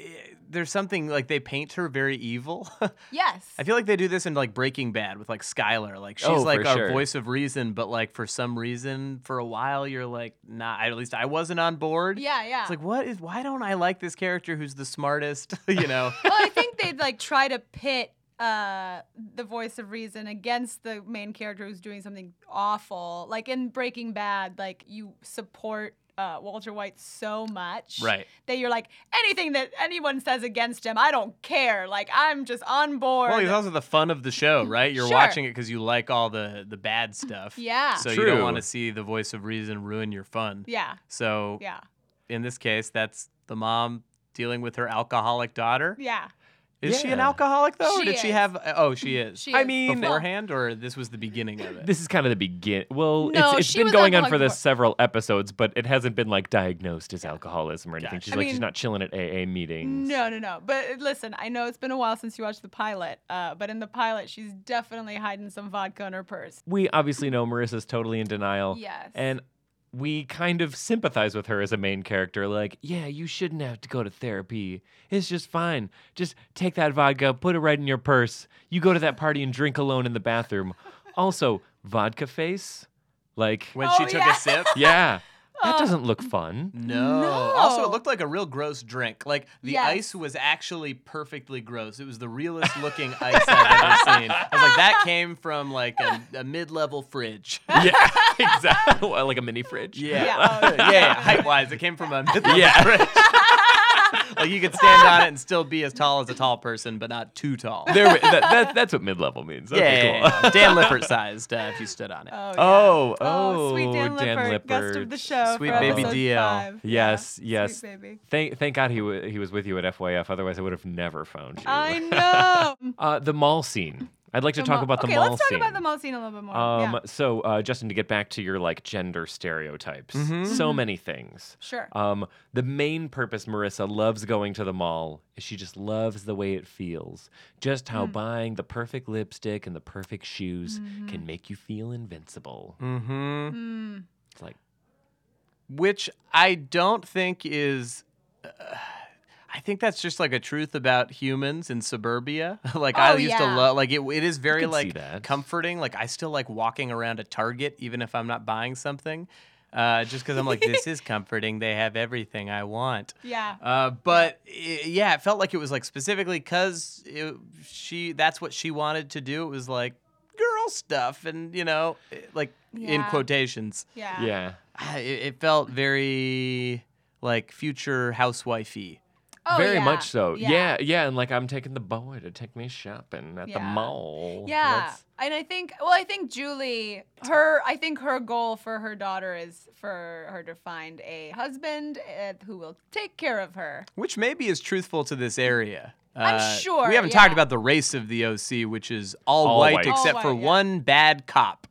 Speaker 3: there's something like they paint her very evil.
Speaker 2: Yes.
Speaker 3: I feel like they do this in like Breaking Bad with like Skylar. Like she's
Speaker 1: Oh, for
Speaker 3: like our
Speaker 1: sure.
Speaker 3: voice of reason, but like for some reason, for a while, you're like, nah. At least I wasn't on board.
Speaker 2: yeah, yeah.
Speaker 3: It's like, what is? Why don't I like this character who's the smartest? you know.
Speaker 2: well, I think they'd like try to pit uh, the voice of reason against the main character who's doing something awful. Like in Breaking Bad, like you support uh, Walter White so much
Speaker 3: Right.
Speaker 2: that you're like anything that anyone says against him, I don't care. Like I'm just on board.
Speaker 3: Well, he's also the fun of the show, right? You're
Speaker 2: Sure.
Speaker 3: watching it because you like all the the bad stuff.
Speaker 2: Yeah.
Speaker 3: So you don't
Speaker 1: True.
Speaker 3: want to see the voice of reason ruin your fun.
Speaker 2: yeah,
Speaker 3: So
Speaker 2: yeah,
Speaker 3: in this case, that's the mom dealing with her alcoholic daughter.
Speaker 2: yeah.
Speaker 3: Is she an
Speaker 1: Yeah.
Speaker 3: alcoholic though, or
Speaker 2: She
Speaker 3: did she
Speaker 2: is.
Speaker 3: have? Oh, she is.
Speaker 2: She
Speaker 1: I
Speaker 2: is-
Speaker 1: mean-
Speaker 3: beforehand, or this was the beginning of it.
Speaker 1: This is kind of the begin. Well,
Speaker 2: No,
Speaker 1: it's, it's
Speaker 2: she
Speaker 1: been
Speaker 2: was
Speaker 1: going on for
Speaker 2: alcoholic
Speaker 1: this
Speaker 2: before.
Speaker 1: several episodes, but it hasn't been like diagnosed as alcoholism or anything.
Speaker 3: Gotcha.
Speaker 1: She's
Speaker 2: I
Speaker 1: like she's
Speaker 2: mean-
Speaker 1: not chilling at AA meetings.
Speaker 2: No, no, no. But uh, listen, I know it's been a while since you watched the pilot, uh, but in the pilot, she's definitely hiding some vodka in her purse.
Speaker 1: We obviously know Marissa's totally in denial.
Speaker 2: Yes.
Speaker 1: And we kind of sympathize with her as a main character. Like, yeah, you shouldn't have to go to therapy. It's just fine. Just take that vodka, put it right in your purse. You go to that party and drink alone in the bathroom. also, vodka face. Like,
Speaker 3: When
Speaker 2: Oh,
Speaker 3: she took
Speaker 2: yeah.
Speaker 3: a sip.
Speaker 1: yeah,
Speaker 2: Oh.
Speaker 1: that doesn't look fun.
Speaker 3: No. Also,
Speaker 2: No.
Speaker 3: it looked like a real gross drink. Like the
Speaker 2: Yes.
Speaker 3: ice was actually perfectly gross. It was the realest looking ice I've ever seen. I was like, that came from like a, a mid-level fridge.
Speaker 1: yeah, exactly. Well, like a mini fridge.
Speaker 2: Yeah. Oh,
Speaker 3: yeah, yeah, height-wise, it came from a mid-level
Speaker 1: Yeah.
Speaker 3: fridge. like you could stand on it and still be as tall as a tall person, but not too tall.
Speaker 1: There, we- that, that, that's what mid level means.
Speaker 3: yeah,
Speaker 1: Okay,
Speaker 3: yeah,
Speaker 1: cool.
Speaker 3: yeah, yeah. Dan Lippert sized uh, if you stood on it.
Speaker 2: Oh, yeah.
Speaker 1: Oh,
Speaker 2: Oh,
Speaker 1: oh,
Speaker 2: sweet Dan, Lippert, guest of the
Speaker 1: Lippert.
Speaker 2: show.
Speaker 3: Sweet
Speaker 2: for
Speaker 3: baby
Speaker 2: episode
Speaker 3: DL.
Speaker 2: five. Yeah,
Speaker 1: Yes,
Speaker 2: sweet
Speaker 1: yes.
Speaker 2: baby.
Speaker 1: Thank, thank God he wa he was with you at FYF. Otherwise, I would have never found you.
Speaker 2: I know.
Speaker 1: uh, the mall scene. I'd like to
Speaker 2: The
Speaker 1: talk
Speaker 2: mall-
Speaker 1: about the
Speaker 2: okay,
Speaker 1: mall
Speaker 2: let's talk
Speaker 1: scene.
Speaker 2: about the mall scene a little bit more.
Speaker 1: Um,
Speaker 2: yeah.
Speaker 1: so uh, Justin, to get back to your like gender stereotypes,
Speaker 2: Mm-hmm.
Speaker 3: Mhm.
Speaker 1: so many things.
Speaker 2: Sure.
Speaker 1: Um, the main purpose Marissa loves going to the mall is she just loves the way it feels. Just
Speaker 2: Mm.
Speaker 1: how buying the perfect lipstick and the perfect shoes
Speaker 2: Mm-hmm.
Speaker 1: can make you feel invincible.
Speaker 3: Mm-hmm.
Speaker 2: Mm,
Speaker 1: It's like
Speaker 3: which I don't think is. Uh, I think that's just like a truth about humans in suburbia. like I
Speaker 2: Oh,
Speaker 3: used to
Speaker 2: yeah.
Speaker 3: love, like it, it is very
Speaker 1: can see
Speaker 3: like
Speaker 1: that.
Speaker 3: comforting. Like I still like walking around a Target even if I'm not buying something, uh, just because I'm like this is comforting. They have everything I want.
Speaker 2: yeah.
Speaker 3: Uh, but i yeah, it felt like it was like specifically because she that's what she wanted to do. It was like girl stuff, and you know, like in
Speaker 2: Yeah.
Speaker 3: quotations.
Speaker 2: Yeah.
Speaker 1: yeah.
Speaker 3: I- it, it felt very like future housewifey.
Speaker 2: Oh,
Speaker 1: Very
Speaker 2: yeah.
Speaker 1: much so. Yeah.
Speaker 2: Yeah.
Speaker 1: yeah, and like I'm taking the boy to take me shopping at the
Speaker 2: Yeah.
Speaker 1: mall.
Speaker 2: Yeah.
Speaker 1: That's-
Speaker 2: and I think well I think Julie her I think her goal for her daughter is for her to find a husband uh, who will take care of her.
Speaker 3: which maybe is truthful to this area. Uh,
Speaker 2: I'm sure,
Speaker 3: We haven't talked
Speaker 2: yeah.
Speaker 3: about the race of the OC, which is all,
Speaker 1: All
Speaker 3: white,
Speaker 1: white.
Speaker 2: All
Speaker 3: except for
Speaker 2: white, yeah.
Speaker 3: one bad cop,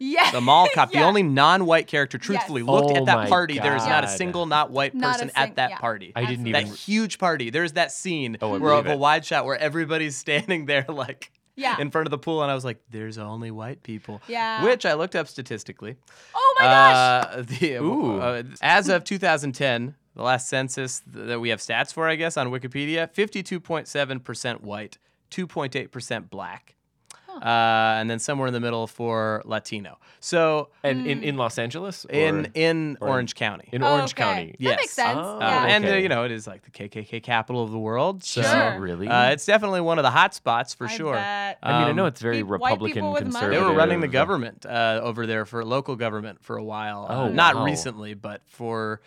Speaker 2: Yeah.
Speaker 3: the mall cop, the
Speaker 2: Yeah.
Speaker 3: only non-white character truthfully
Speaker 2: Yes.
Speaker 3: looked
Speaker 1: Oh
Speaker 3: at that
Speaker 1: my
Speaker 3: party. There is not a
Speaker 1: God.
Speaker 3: single not white
Speaker 2: Not a
Speaker 3: person
Speaker 2: sing-
Speaker 3: at that
Speaker 2: yeah.
Speaker 3: party.
Speaker 1: I didn't
Speaker 3: that
Speaker 1: even
Speaker 3: huge party. There's that scene
Speaker 1: Oh, I
Speaker 3: where of
Speaker 1: believe
Speaker 3: a
Speaker 1: it.
Speaker 3: wide shot where everybody's standing there like
Speaker 2: Yeah.
Speaker 3: in front of the pool, and I was like, "There's only white people."
Speaker 2: Yeah.
Speaker 3: Which I looked up statistically.
Speaker 2: oh my gosh.
Speaker 3: Uh, the,
Speaker 1: Ooh.
Speaker 3: uh, as of 2010, the last census th- that we have stats for, I guess, on Wikipedia, 52.7% white, 2.8% black, uh, and then somewhere in the middle for Latino. So
Speaker 1: and in, in Los Angeles?
Speaker 3: in
Speaker 1: or-
Speaker 3: in
Speaker 1: or-
Speaker 3: Orange County.
Speaker 1: in
Speaker 2: Mm. Oh,
Speaker 1: Uh, Orange
Speaker 2: okay.
Speaker 1: County.
Speaker 2: That makes
Speaker 3: Yes.
Speaker 2: sense.
Speaker 1: Oh,
Speaker 3: Uh,
Speaker 2: yeah.
Speaker 3: And uh,
Speaker 1: okay.
Speaker 3: you know it is like the KKK capital of the world, so
Speaker 2: Sure.
Speaker 1: Really?
Speaker 3: uh, it's definitely one of the hot spots for
Speaker 2: I
Speaker 3: sure.
Speaker 2: bet.
Speaker 1: I mean, I know
Speaker 3: Um,
Speaker 1: it's very
Speaker 2: Pe- white
Speaker 1: Republican
Speaker 2: people with money.
Speaker 1: conservative.
Speaker 3: They were running the government uh, over there for local government for a while. Uh,
Speaker 1: Oh,
Speaker 3: not
Speaker 1: wow.
Speaker 3: recently, but for,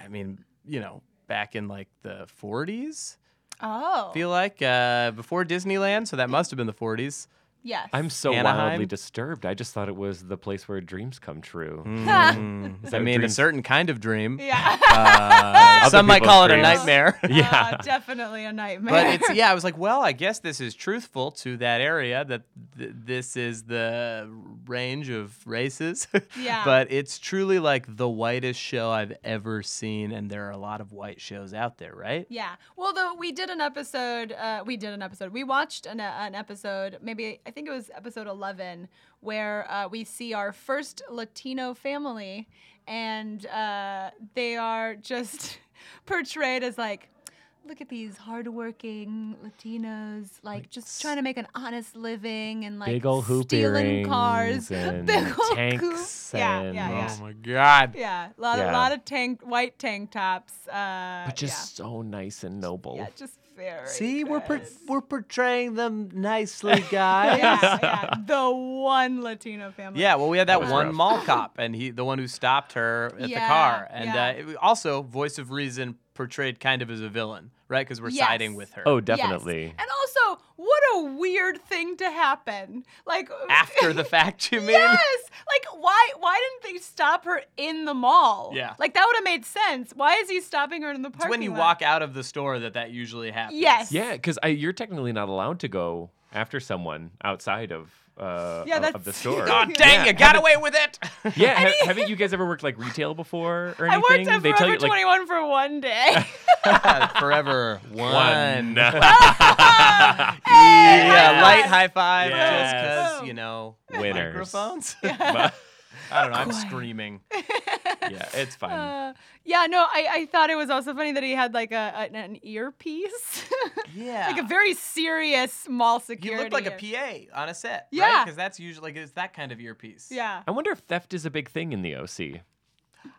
Speaker 3: I mean, you know, back in like the 40s,
Speaker 2: oh.
Speaker 3: I feel like, uh, before Disneyland. So that must have been the 40s.
Speaker 2: yes.
Speaker 1: I'm so wildly
Speaker 3: Anaheim.
Speaker 1: disturbed. I just thought it was the place where dreams come true. Is
Speaker 3: I
Speaker 1: that
Speaker 3: mean, a
Speaker 1: dreams-
Speaker 3: certain kind of dream.
Speaker 2: yeah.
Speaker 3: Uh, some might
Speaker 1: people's
Speaker 3: call it a
Speaker 1: dreams.
Speaker 3: nightmare.
Speaker 1: Yeah.
Speaker 2: Oh, definitely a nightmare.
Speaker 3: But it's yeah, I was like, well, I guess this is truthful to that area that th- this is the range of races.
Speaker 2: Yeah.
Speaker 3: but it's truly like the whitest show I've ever seen, and there are a lot of white shows out there, right?
Speaker 2: Yeah. Well, though we did an episode, uh, we did an episode. We watched an, uh, an episode, maybe I think it was episode eleven, where uh, we see our first Latino family, and uh, they are just portrayed as like. Look at these hardworking Latinos, like, just trying to make an honest living and like
Speaker 1: Big ol' hoop
Speaker 2: stealing
Speaker 1: earrings
Speaker 2: cars,
Speaker 1: and
Speaker 2: ol'
Speaker 1: tanks
Speaker 2: coupe- yeah,
Speaker 1: and-
Speaker 2: yeah, yeah,
Speaker 3: my god.
Speaker 2: yeah. A lot,
Speaker 1: Yeah.
Speaker 2: a lot of tank, white tank tops. Uh,
Speaker 1: But just so nice and noble.
Speaker 2: yeah, yeah, just very.
Speaker 3: See, we're por-
Speaker 2: good.
Speaker 3: we're portraying them nicely, guys.
Speaker 2: yeah, yeah. The one Latino family.
Speaker 3: Yeah, well, we had that,
Speaker 1: was
Speaker 3: one
Speaker 1: rough.
Speaker 3: mall cop, and he, the one who stopped her at the
Speaker 2: Yeah,
Speaker 3: car, and
Speaker 2: yeah.
Speaker 3: uh, it, also voice of reason portrayed kind of as a villain, right? Because we're
Speaker 2: Yes.
Speaker 3: siding with her.
Speaker 1: Oh,
Speaker 2: Yes.
Speaker 1: definitely.
Speaker 2: And also, what a weird thing to happen. Like
Speaker 3: after the fact, you mean?
Speaker 2: Yes. Like why why didn't they stop her in the mall?
Speaker 3: Yeah.
Speaker 2: Like that would have made sense. Why is he stopping her in the parking
Speaker 3: It's when you
Speaker 2: lot?
Speaker 3: walk out of the store that that usually happens.
Speaker 2: Yes.
Speaker 1: Yeah, because you're technically not allowed to go after someone outside of uh,
Speaker 2: Yeah,
Speaker 1: of-
Speaker 2: that's-
Speaker 1: of the store.
Speaker 3: God dang,
Speaker 1: Yeah,
Speaker 3: you got away with it.
Speaker 1: Yeah, ha- haven't you guys ever worked like retail before or
Speaker 2: I worked
Speaker 1: anything?
Speaker 2: at
Speaker 1: they tell
Speaker 2: Forever
Speaker 1: you like
Speaker 2: 21 for one day.
Speaker 3: Forever one.
Speaker 2: high
Speaker 3: yeah, light
Speaker 2: five.
Speaker 3: high five
Speaker 1: Yes.
Speaker 3: just
Speaker 2: Oh.
Speaker 3: because, you know,
Speaker 1: Winners.
Speaker 3: microphones.
Speaker 1: But-
Speaker 3: I don't know, I'm screaming.
Speaker 1: yeah, it's fun.
Speaker 2: Uh, yeah, no, I, I thought it was also funny that he had like a, an, an earpiece.
Speaker 3: Yeah.
Speaker 2: like a very serious mall
Speaker 3: you
Speaker 2: security.
Speaker 3: look like a PA on a set,
Speaker 2: Yeah.
Speaker 3: Because that's usually, like, it's that kind of earpiece.
Speaker 2: Yeah.
Speaker 1: I wonder if theft is a big thing in the OC.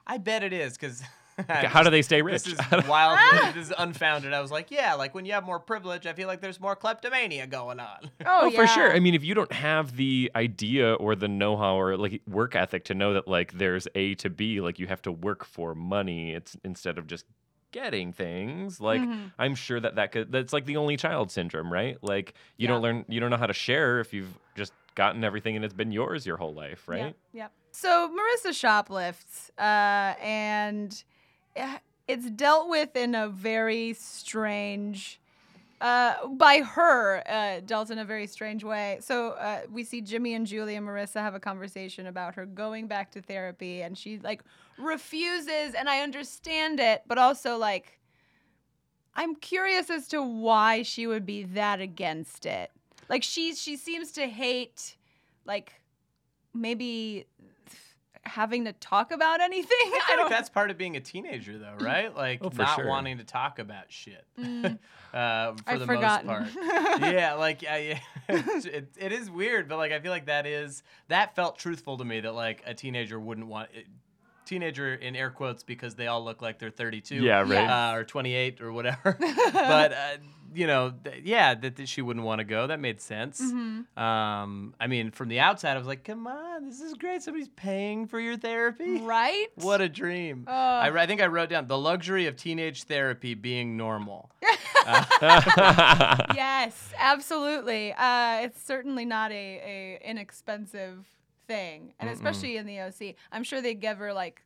Speaker 3: I bet it is, because...
Speaker 1: How do they stay rich?
Speaker 3: This is wild. this is unfounded. I was like, yeah, like when you have more privilege, I feel like there's more kleptomania going on.
Speaker 2: Oh,
Speaker 1: for
Speaker 2: yeah.
Speaker 1: sure. I mean, if you don't have the idea or the know-how or like work ethic to know that like there's A to B, like you have to work for money. It's instead of just getting things. Like
Speaker 2: Mm-hmm.
Speaker 1: I'm sure that that could that's like the only child syndrome, right? Like you don't
Speaker 2: Yeah.
Speaker 1: learn, you don't know how to share if you've just gotten everything and it's been yours your whole life, right?
Speaker 2: Yeah. Yep. So Marissa shoplifts, uh, and uh, it's dealt with in a very strange. Uh, by her, uh, dealt in a very strange way. So uh, we see Jimmy and Julie and Marissa have a conversation about her going back to therapy, and she like refuses. And I understand it, but also like, I'm curious as to why she would be that against it. Like she she seems to hate like maybe having to talk about anything. I
Speaker 3: I think
Speaker 2: don't.
Speaker 3: that's part of being a teenager, though, right? Like
Speaker 1: Oh, for
Speaker 3: not
Speaker 1: sure.
Speaker 3: wanting to talk about shit uh, for
Speaker 2: Mm. I've
Speaker 3: the
Speaker 2: forgotten.
Speaker 3: most part. yeah, like I, it, it is weird, but like I feel like that is that felt truthful to me that like a teenager wouldn't want. It, Teenager in air quotes because they all look like they're 32
Speaker 1: Yeah, right.
Speaker 2: Yeah.
Speaker 3: uh, or 28 or whatever. but uh, you know, th- yeah, that, that she wouldn't want to go. That made sense.
Speaker 2: Mm-hmm.
Speaker 3: Um, I mean, from the outside, I was like, come on, this is great. Somebody's paying for your therapy.
Speaker 2: Right? Oh.
Speaker 3: What a dream. I, I think I wrote down the luxury of teenage therapy being normal.
Speaker 2: yes, absolutely. Uh, it's certainly not a, a inexpensive thing, and especially in the OC, I'm sure they give her like,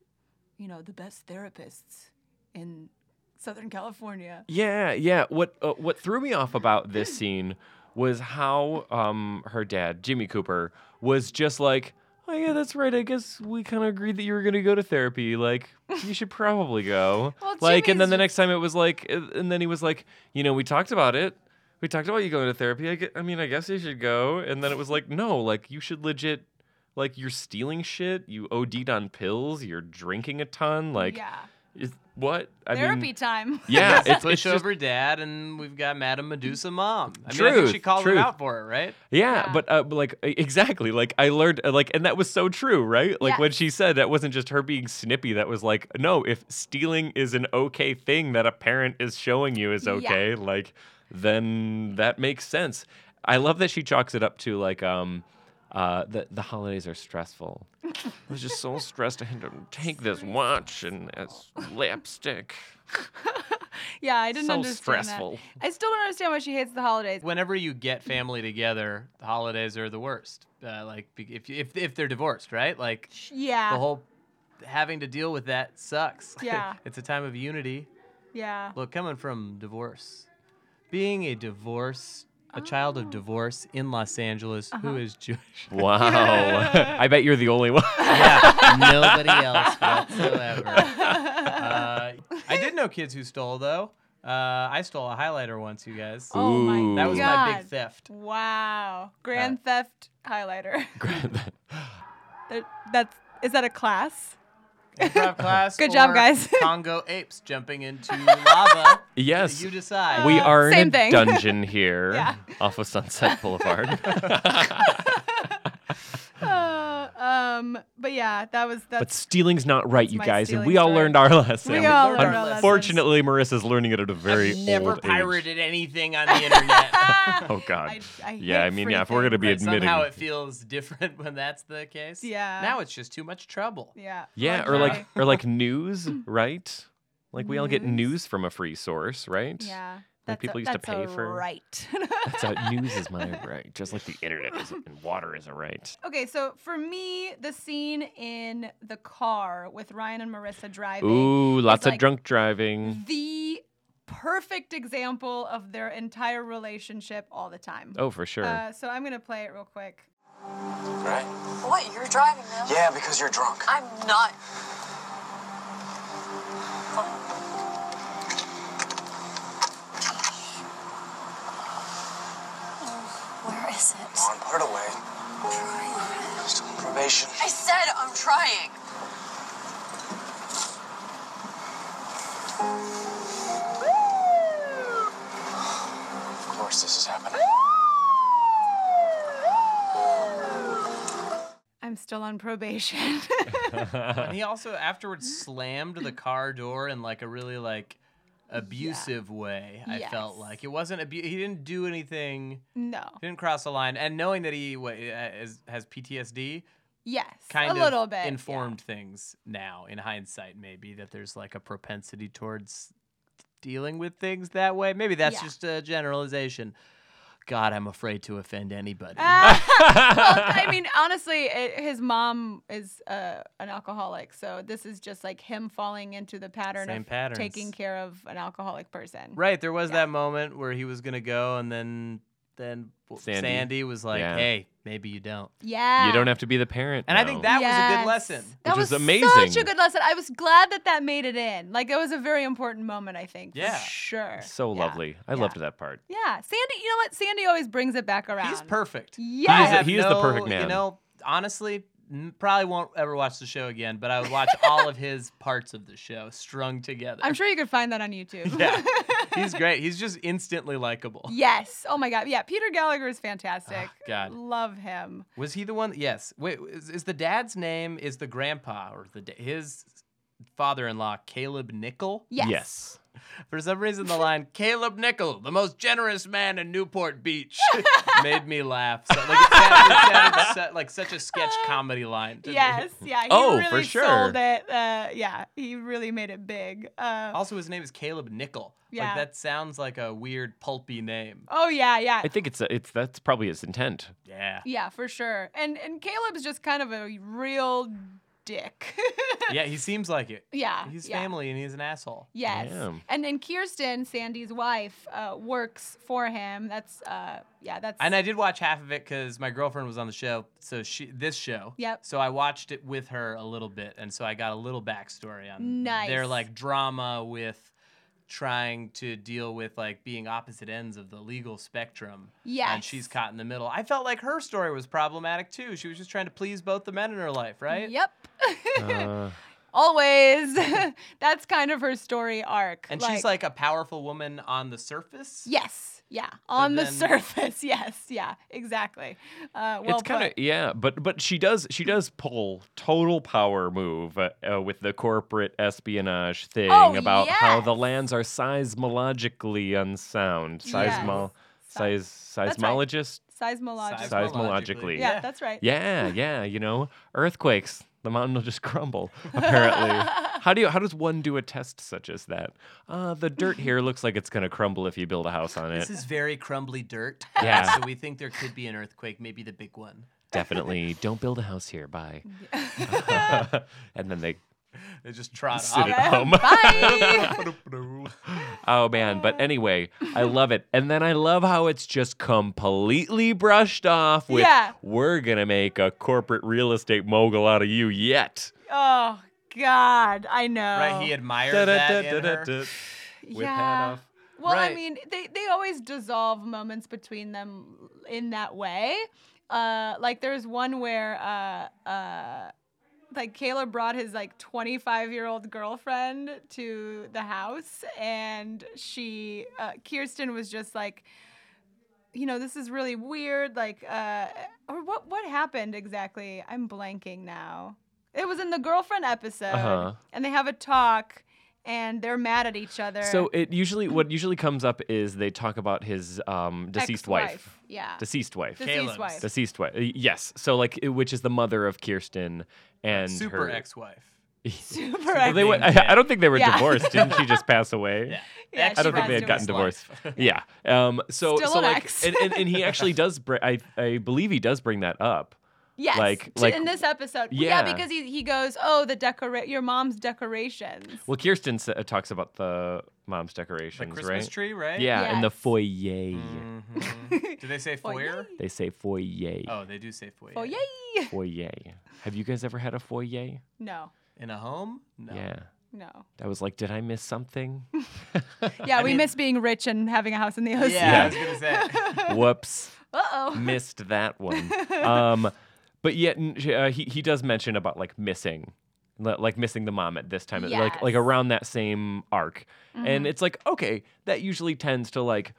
Speaker 2: you know, the best therapists in Southern California.
Speaker 1: Yeah, yeah. What uh, what threw me off about this scene was how um her dad, Jimmy Cooper, was just like, "Oh yeah, that's right. I guess we kind of agreed that you were going to go to therapy. Like, you should probably go."
Speaker 2: Well,
Speaker 1: like, and then
Speaker 2: Jimmy's-
Speaker 1: the next time it was like, uh, and then he was like, "You know, we talked about it. We talked about you going to therapy. I, gue- I mean, I guess you should go." And then it was like, "No, like you should legit." Like you're stealing shit, you OD'd on pills, you're drinking a ton. Like,
Speaker 2: yeah,
Speaker 1: is, what? I
Speaker 2: therapy
Speaker 1: mean,
Speaker 2: time.
Speaker 1: yeah, it's, it's
Speaker 3: Push
Speaker 1: just-
Speaker 3: over dad, and we've got Madame Medusa mom. I mean, I think
Speaker 1: Truth,
Speaker 3: she called
Speaker 1: truth.
Speaker 3: her out for it, right?
Speaker 1: Yeah,
Speaker 2: Yeah.
Speaker 1: but uh, but, like e- exactly, like I learned, uh, like, and that was so true, right? Like
Speaker 2: Yeah.
Speaker 1: when she said that wasn't just her being snippy. That was like, no, if stealing is an okay thing that a parent is showing you is
Speaker 2: Yeah.
Speaker 1: okay, like, then that makes sense. I love that she chalks it up to like, um, uh, the the holidays are stressful. I was just so stressed. I had to take this watch and this lipstick.
Speaker 2: yeah, I didn't
Speaker 1: So
Speaker 2: understand
Speaker 1: stressful.
Speaker 2: that. I still don't understand why she hates the holidays.
Speaker 3: Whenever you get family together, the holidays are the worst. Uh, like be- if, if if they're divorced, right? Like
Speaker 2: yeah,
Speaker 3: the whole having to deal with that sucks.
Speaker 2: Yeah.
Speaker 3: it's a time of unity.
Speaker 2: yeah.
Speaker 3: Look, coming from divorce, being a divorce, a child
Speaker 2: Oh.
Speaker 3: of divorce in Los Angeles
Speaker 2: Uh-huh.
Speaker 3: who is Jewish.
Speaker 1: Wow, I bet you're the only one.
Speaker 3: yeah, nobody else whatsoever. Uh, I did know kids who stole though. Uh, I stole a highlighter once, you guys.
Speaker 2: Oh my
Speaker 1: Ooh.
Speaker 3: that was my
Speaker 2: God.
Speaker 3: big theft.
Speaker 2: Wow, grand
Speaker 1: Uh,
Speaker 2: theft highlighter. That- That's is that a class?
Speaker 3: Improv class.
Speaker 2: Good job,
Speaker 3: or
Speaker 2: guys.
Speaker 3: Congo apes jumping into lava.
Speaker 1: Yes.
Speaker 3: you decide.
Speaker 1: We are in
Speaker 2: Uh, same
Speaker 1: a
Speaker 2: thing.
Speaker 1: dungeon here
Speaker 2: Yeah.
Speaker 1: off of Sunset Boulevard.
Speaker 2: Uh, um, but yeah, that was
Speaker 1: but
Speaker 2: that's
Speaker 1: stealing's not right, you
Speaker 2: my
Speaker 1: guys, and we
Speaker 2: stealing
Speaker 1: all
Speaker 2: story.
Speaker 1: learned our lesson.
Speaker 2: We all
Speaker 3: learned our lessons.
Speaker 1: Unfortunately, Marissa's learning it at a very
Speaker 3: I've never
Speaker 1: old age.
Speaker 3: pirated anything on the internet.
Speaker 1: Oh God.
Speaker 2: I- I
Speaker 1: yeah,
Speaker 2: hate
Speaker 1: I mean, yeah, if
Speaker 2: free
Speaker 1: we're gonna be
Speaker 3: Right,
Speaker 1: admitting,
Speaker 3: Somehow it feels different when that's the case.
Speaker 2: Yeah.
Speaker 3: Now it's just too much trouble.
Speaker 2: yeah.
Speaker 1: yeah, or like or like news, right? Like we all get news from a free source, right?
Speaker 2: yeah.
Speaker 1: Like people used to
Speaker 2: that's
Speaker 1: pay
Speaker 2: a
Speaker 1: for-
Speaker 2: right.
Speaker 1: That's how news is my right, just like the internet is and water is a right.
Speaker 2: okay, so for me, the scene in the car with Ryan and Marissa driving
Speaker 1: Ooh, lots of
Speaker 2: like-
Speaker 1: drunk driving.
Speaker 2: the perfect example of their entire relationship all the time.
Speaker 1: Oh, for sure.
Speaker 2: Uh, so I'm gonna play it real quick.
Speaker 6: Right?
Speaker 8: What? You're driving now?
Speaker 6: Yeah, because you're drunk.
Speaker 8: I'm not.
Speaker 5: Where is it?
Speaker 6: Come on, put it away. I'm still on probation.
Speaker 8: I said I'm trying.
Speaker 6: Of course, this is happening.
Speaker 2: I'm still on probation. Uh,
Speaker 3: And he also afterwards
Speaker 2: Mm-hmm.
Speaker 3: slammed the car door in like a really like abusive way. I felt
Speaker 2: Yes.
Speaker 3: like it wasn't abu- he didn't do anything.
Speaker 2: no.
Speaker 3: He didn't cross the line. And knowing that he what, is, has PTSD
Speaker 2: Yes.
Speaker 3: kind
Speaker 2: a little
Speaker 3: of
Speaker 2: bit. yeah.
Speaker 3: informed things now in hindsight maybe that there's like a propensity towards dealing with things that way. Maybe that's
Speaker 2: Yeah.
Speaker 3: just a generalization. God, I'm afraid to offend anybody.
Speaker 2: Ah, well, I mean, honestly, it, his mom is uh, an alcoholic, so this is just like him falling into the pattern
Speaker 3: Same
Speaker 2: of
Speaker 3: patterns.
Speaker 2: taking care of an alcoholic person.
Speaker 3: Right, there was that moment where he was gonna go, and then then w-
Speaker 1: Sandy.
Speaker 3: Sandy, was like,
Speaker 1: Yeah.
Speaker 3: "Hey, maybe you don't."
Speaker 2: Yeah.
Speaker 1: you don't have to be the parent.
Speaker 3: And I think
Speaker 1: now.
Speaker 3: that was a
Speaker 2: Yes.
Speaker 3: good lesson.
Speaker 2: That
Speaker 1: Which is
Speaker 2: was such
Speaker 1: amazing.
Speaker 2: a good lesson. I was glad that that made it in. Like it was a very important moment. I think. for
Speaker 3: Yeah.
Speaker 2: Sure.
Speaker 1: so
Speaker 2: Yeah.
Speaker 1: lovely. I loved that part.
Speaker 2: Yeah, Sandy. You know what? Sandy always brings it back around.
Speaker 3: He's perfect.
Speaker 2: Yes. He is-
Speaker 3: I have
Speaker 1: he is the perfect
Speaker 3: You
Speaker 1: man.
Speaker 3: know, honestly, n- probably won't ever watch the show again, but I would watch all of his parts of the show strung together.
Speaker 2: I'm sure you could find that on YouTube.
Speaker 3: Yeah, he's great. He's just instantly likable.
Speaker 2: yes. Oh my God. Yeah. Peter Gallagher is fantastic.
Speaker 3: Ah, God.
Speaker 2: Love him.
Speaker 3: Was he the one? Yes. Wait, is, is the dad's name is the grandpa or the da- his father-in-law Caleb Nickel?
Speaker 2: Yes.
Speaker 1: Yes.
Speaker 3: For some reason, the line "Caleb Nickel, the most generous man in Newport Beach," made me laugh. So, like, it sounded, it sounded su- like such a sketch comedy line. to me.
Speaker 2: Yes, yeah. He
Speaker 1: Oh,
Speaker 2: really
Speaker 1: for sure.
Speaker 2: sold it. Uh, yeah, he really made it big. Uh,
Speaker 3: Also, his name is Caleb Nickel. Like
Speaker 2: Yeah.
Speaker 3: that sounds like a weird pulpy name.
Speaker 2: oh yeah, yeah.
Speaker 1: I think it's it's that's probably his intent.
Speaker 3: Yeah.
Speaker 2: Yeah, for sure. And and Caleb's just kind of a real dick.
Speaker 3: Yeah, he seems like it.
Speaker 2: yeah.
Speaker 3: He's
Speaker 2: yeah.
Speaker 3: family and he's an asshole.
Speaker 2: Yes.
Speaker 1: Damn.
Speaker 2: And then Kirsten, Sandy's wife, uh, works for him. That's uh yeah, that's
Speaker 3: And I did watch half of it because my girlfriend was on the show, so she this show.
Speaker 2: Yep.
Speaker 3: So I watched it with her a little bit, and so I got a little backstory on their
Speaker 2: Nice.
Speaker 3: like drama with trying to deal with like being opposite ends of the legal spectrum. And
Speaker 2: Yes.
Speaker 3: she's caught in the middle. I felt like her story was problematic too. She was just trying to please both the men in her life, right?
Speaker 2: Yep.
Speaker 1: Uh,
Speaker 2: Always. that's kind of her story arc.
Speaker 3: And she's like a powerful woman on the surface.
Speaker 2: Yes. Yeah. On the
Speaker 3: then-
Speaker 2: surface. Yes. Yeah. Exactly. Uh, well
Speaker 1: it's kind of
Speaker 2: put.
Speaker 1: yeah, but but she does she does pull total power move uh, uh, with the corporate espionage thing
Speaker 2: Oh,
Speaker 1: about how
Speaker 2: yes.
Speaker 1: the lands are seismologically unsound. Seismo,
Speaker 2: Yes.
Speaker 1: seis,
Speaker 2: That's right.
Speaker 1: seismologist.
Speaker 2: seismologist.
Speaker 1: Seismologically.
Speaker 2: yeah, that's right.
Speaker 1: Yeah, yeah, you know, earthquakes, the mountain will just crumble. Apparently, how do you? How does one do a test such as that? Uh, the dirt here looks like it's gonna crumble if you build a house on it.
Speaker 3: This is very crumbly dirt.
Speaker 1: Yeah.
Speaker 3: So we think there could be an earthquake, maybe the big one.
Speaker 1: Definitely, don't build a house here. Bye. and then they
Speaker 3: They just trot
Speaker 1: sit
Speaker 3: off.
Speaker 1: at home.
Speaker 2: Bye.
Speaker 1: Oh man, but anyway, I love it. And then I love how it's just completely brushed off with
Speaker 2: Yeah.
Speaker 1: we're going to make a corporate real estate mogul out of you yet.
Speaker 2: oh God, I know.
Speaker 3: Right, he admired that in her.
Speaker 1: Da-da-da-da-da.
Speaker 3: with
Speaker 2: yeah.
Speaker 3: hat off.
Speaker 2: Well,
Speaker 3: Right.
Speaker 2: I mean, they, they always dissolve moments between them in that way. Uh, like there's one where uh, uh, like Caleb brought his like 25 year old girlfriend to the house, and she uh, Kirsten was just like, you know, this is really weird. Like, uh, or what what happened exactly? I'm blanking now. It was in the girlfriend episode,
Speaker 1: Uh-huh.
Speaker 2: and they have a talk, and they're mad at each other.
Speaker 1: So it usually what usually comes up is they talk about his um, deceased wife.
Speaker 2: Ex-wife, Yeah.
Speaker 1: Deceased wife.
Speaker 2: deceased
Speaker 3: Caleb's.
Speaker 2: wife.
Speaker 1: Deceased wife. Yes. So like it- which is the mother of Kirsten and
Speaker 3: Uh, Super
Speaker 1: her
Speaker 3: ex-wife.
Speaker 2: Super
Speaker 1: Well, they
Speaker 2: ex-
Speaker 1: were, I, I don't think they were
Speaker 2: Yeah.
Speaker 1: divorced. Didn't she just pass away?
Speaker 3: Yeah.
Speaker 2: Yeah,
Speaker 1: I don't
Speaker 2: she
Speaker 1: think they had
Speaker 2: passed
Speaker 1: gotten
Speaker 2: away.
Speaker 1: divorced. yeah. Um. So
Speaker 2: Still
Speaker 1: so
Speaker 2: an
Speaker 1: like,
Speaker 2: ex.
Speaker 1: and, and, and he actually does. Br- I I believe he does bring that up.
Speaker 2: Yes.
Speaker 1: like-
Speaker 2: t-
Speaker 1: like-
Speaker 2: in this episode.
Speaker 1: Yeah.
Speaker 2: because he, he goes, oh, the decora- your mom's decorations.
Speaker 1: Well, Kirsten s- uh, talks about the mom's
Speaker 3: The
Speaker 1: decorations,
Speaker 3: Christmas
Speaker 1: right?
Speaker 3: tree, right?
Speaker 1: Yeah, in the
Speaker 2: Yes.
Speaker 1: foyer.
Speaker 3: Mhm. Do they say foyer?
Speaker 1: They say foyer.
Speaker 3: Oh, they do say foyer.
Speaker 2: Oh, yay.
Speaker 1: Foyer. Have you guys ever had a foyer?
Speaker 2: No,
Speaker 3: In a home? No.
Speaker 1: Yeah.
Speaker 2: no.
Speaker 1: That was like, did I miss something?
Speaker 2: Yeah, we miss being rich and having a house in the
Speaker 3: Yeah,
Speaker 2: ocean.
Speaker 3: I was gonna say.
Speaker 1: Whoops.
Speaker 2: Uh-oh.
Speaker 1: missed that one. Um, but yet n- sh- uh, he he does mention about like missing, li- like missing the mom at this time, like like
Speaker 2: Yes.
Speaker 1: around that same arc,
Speaker 3: Mm-hmm.
Speaker 1: and it's like okay, that usually tends to like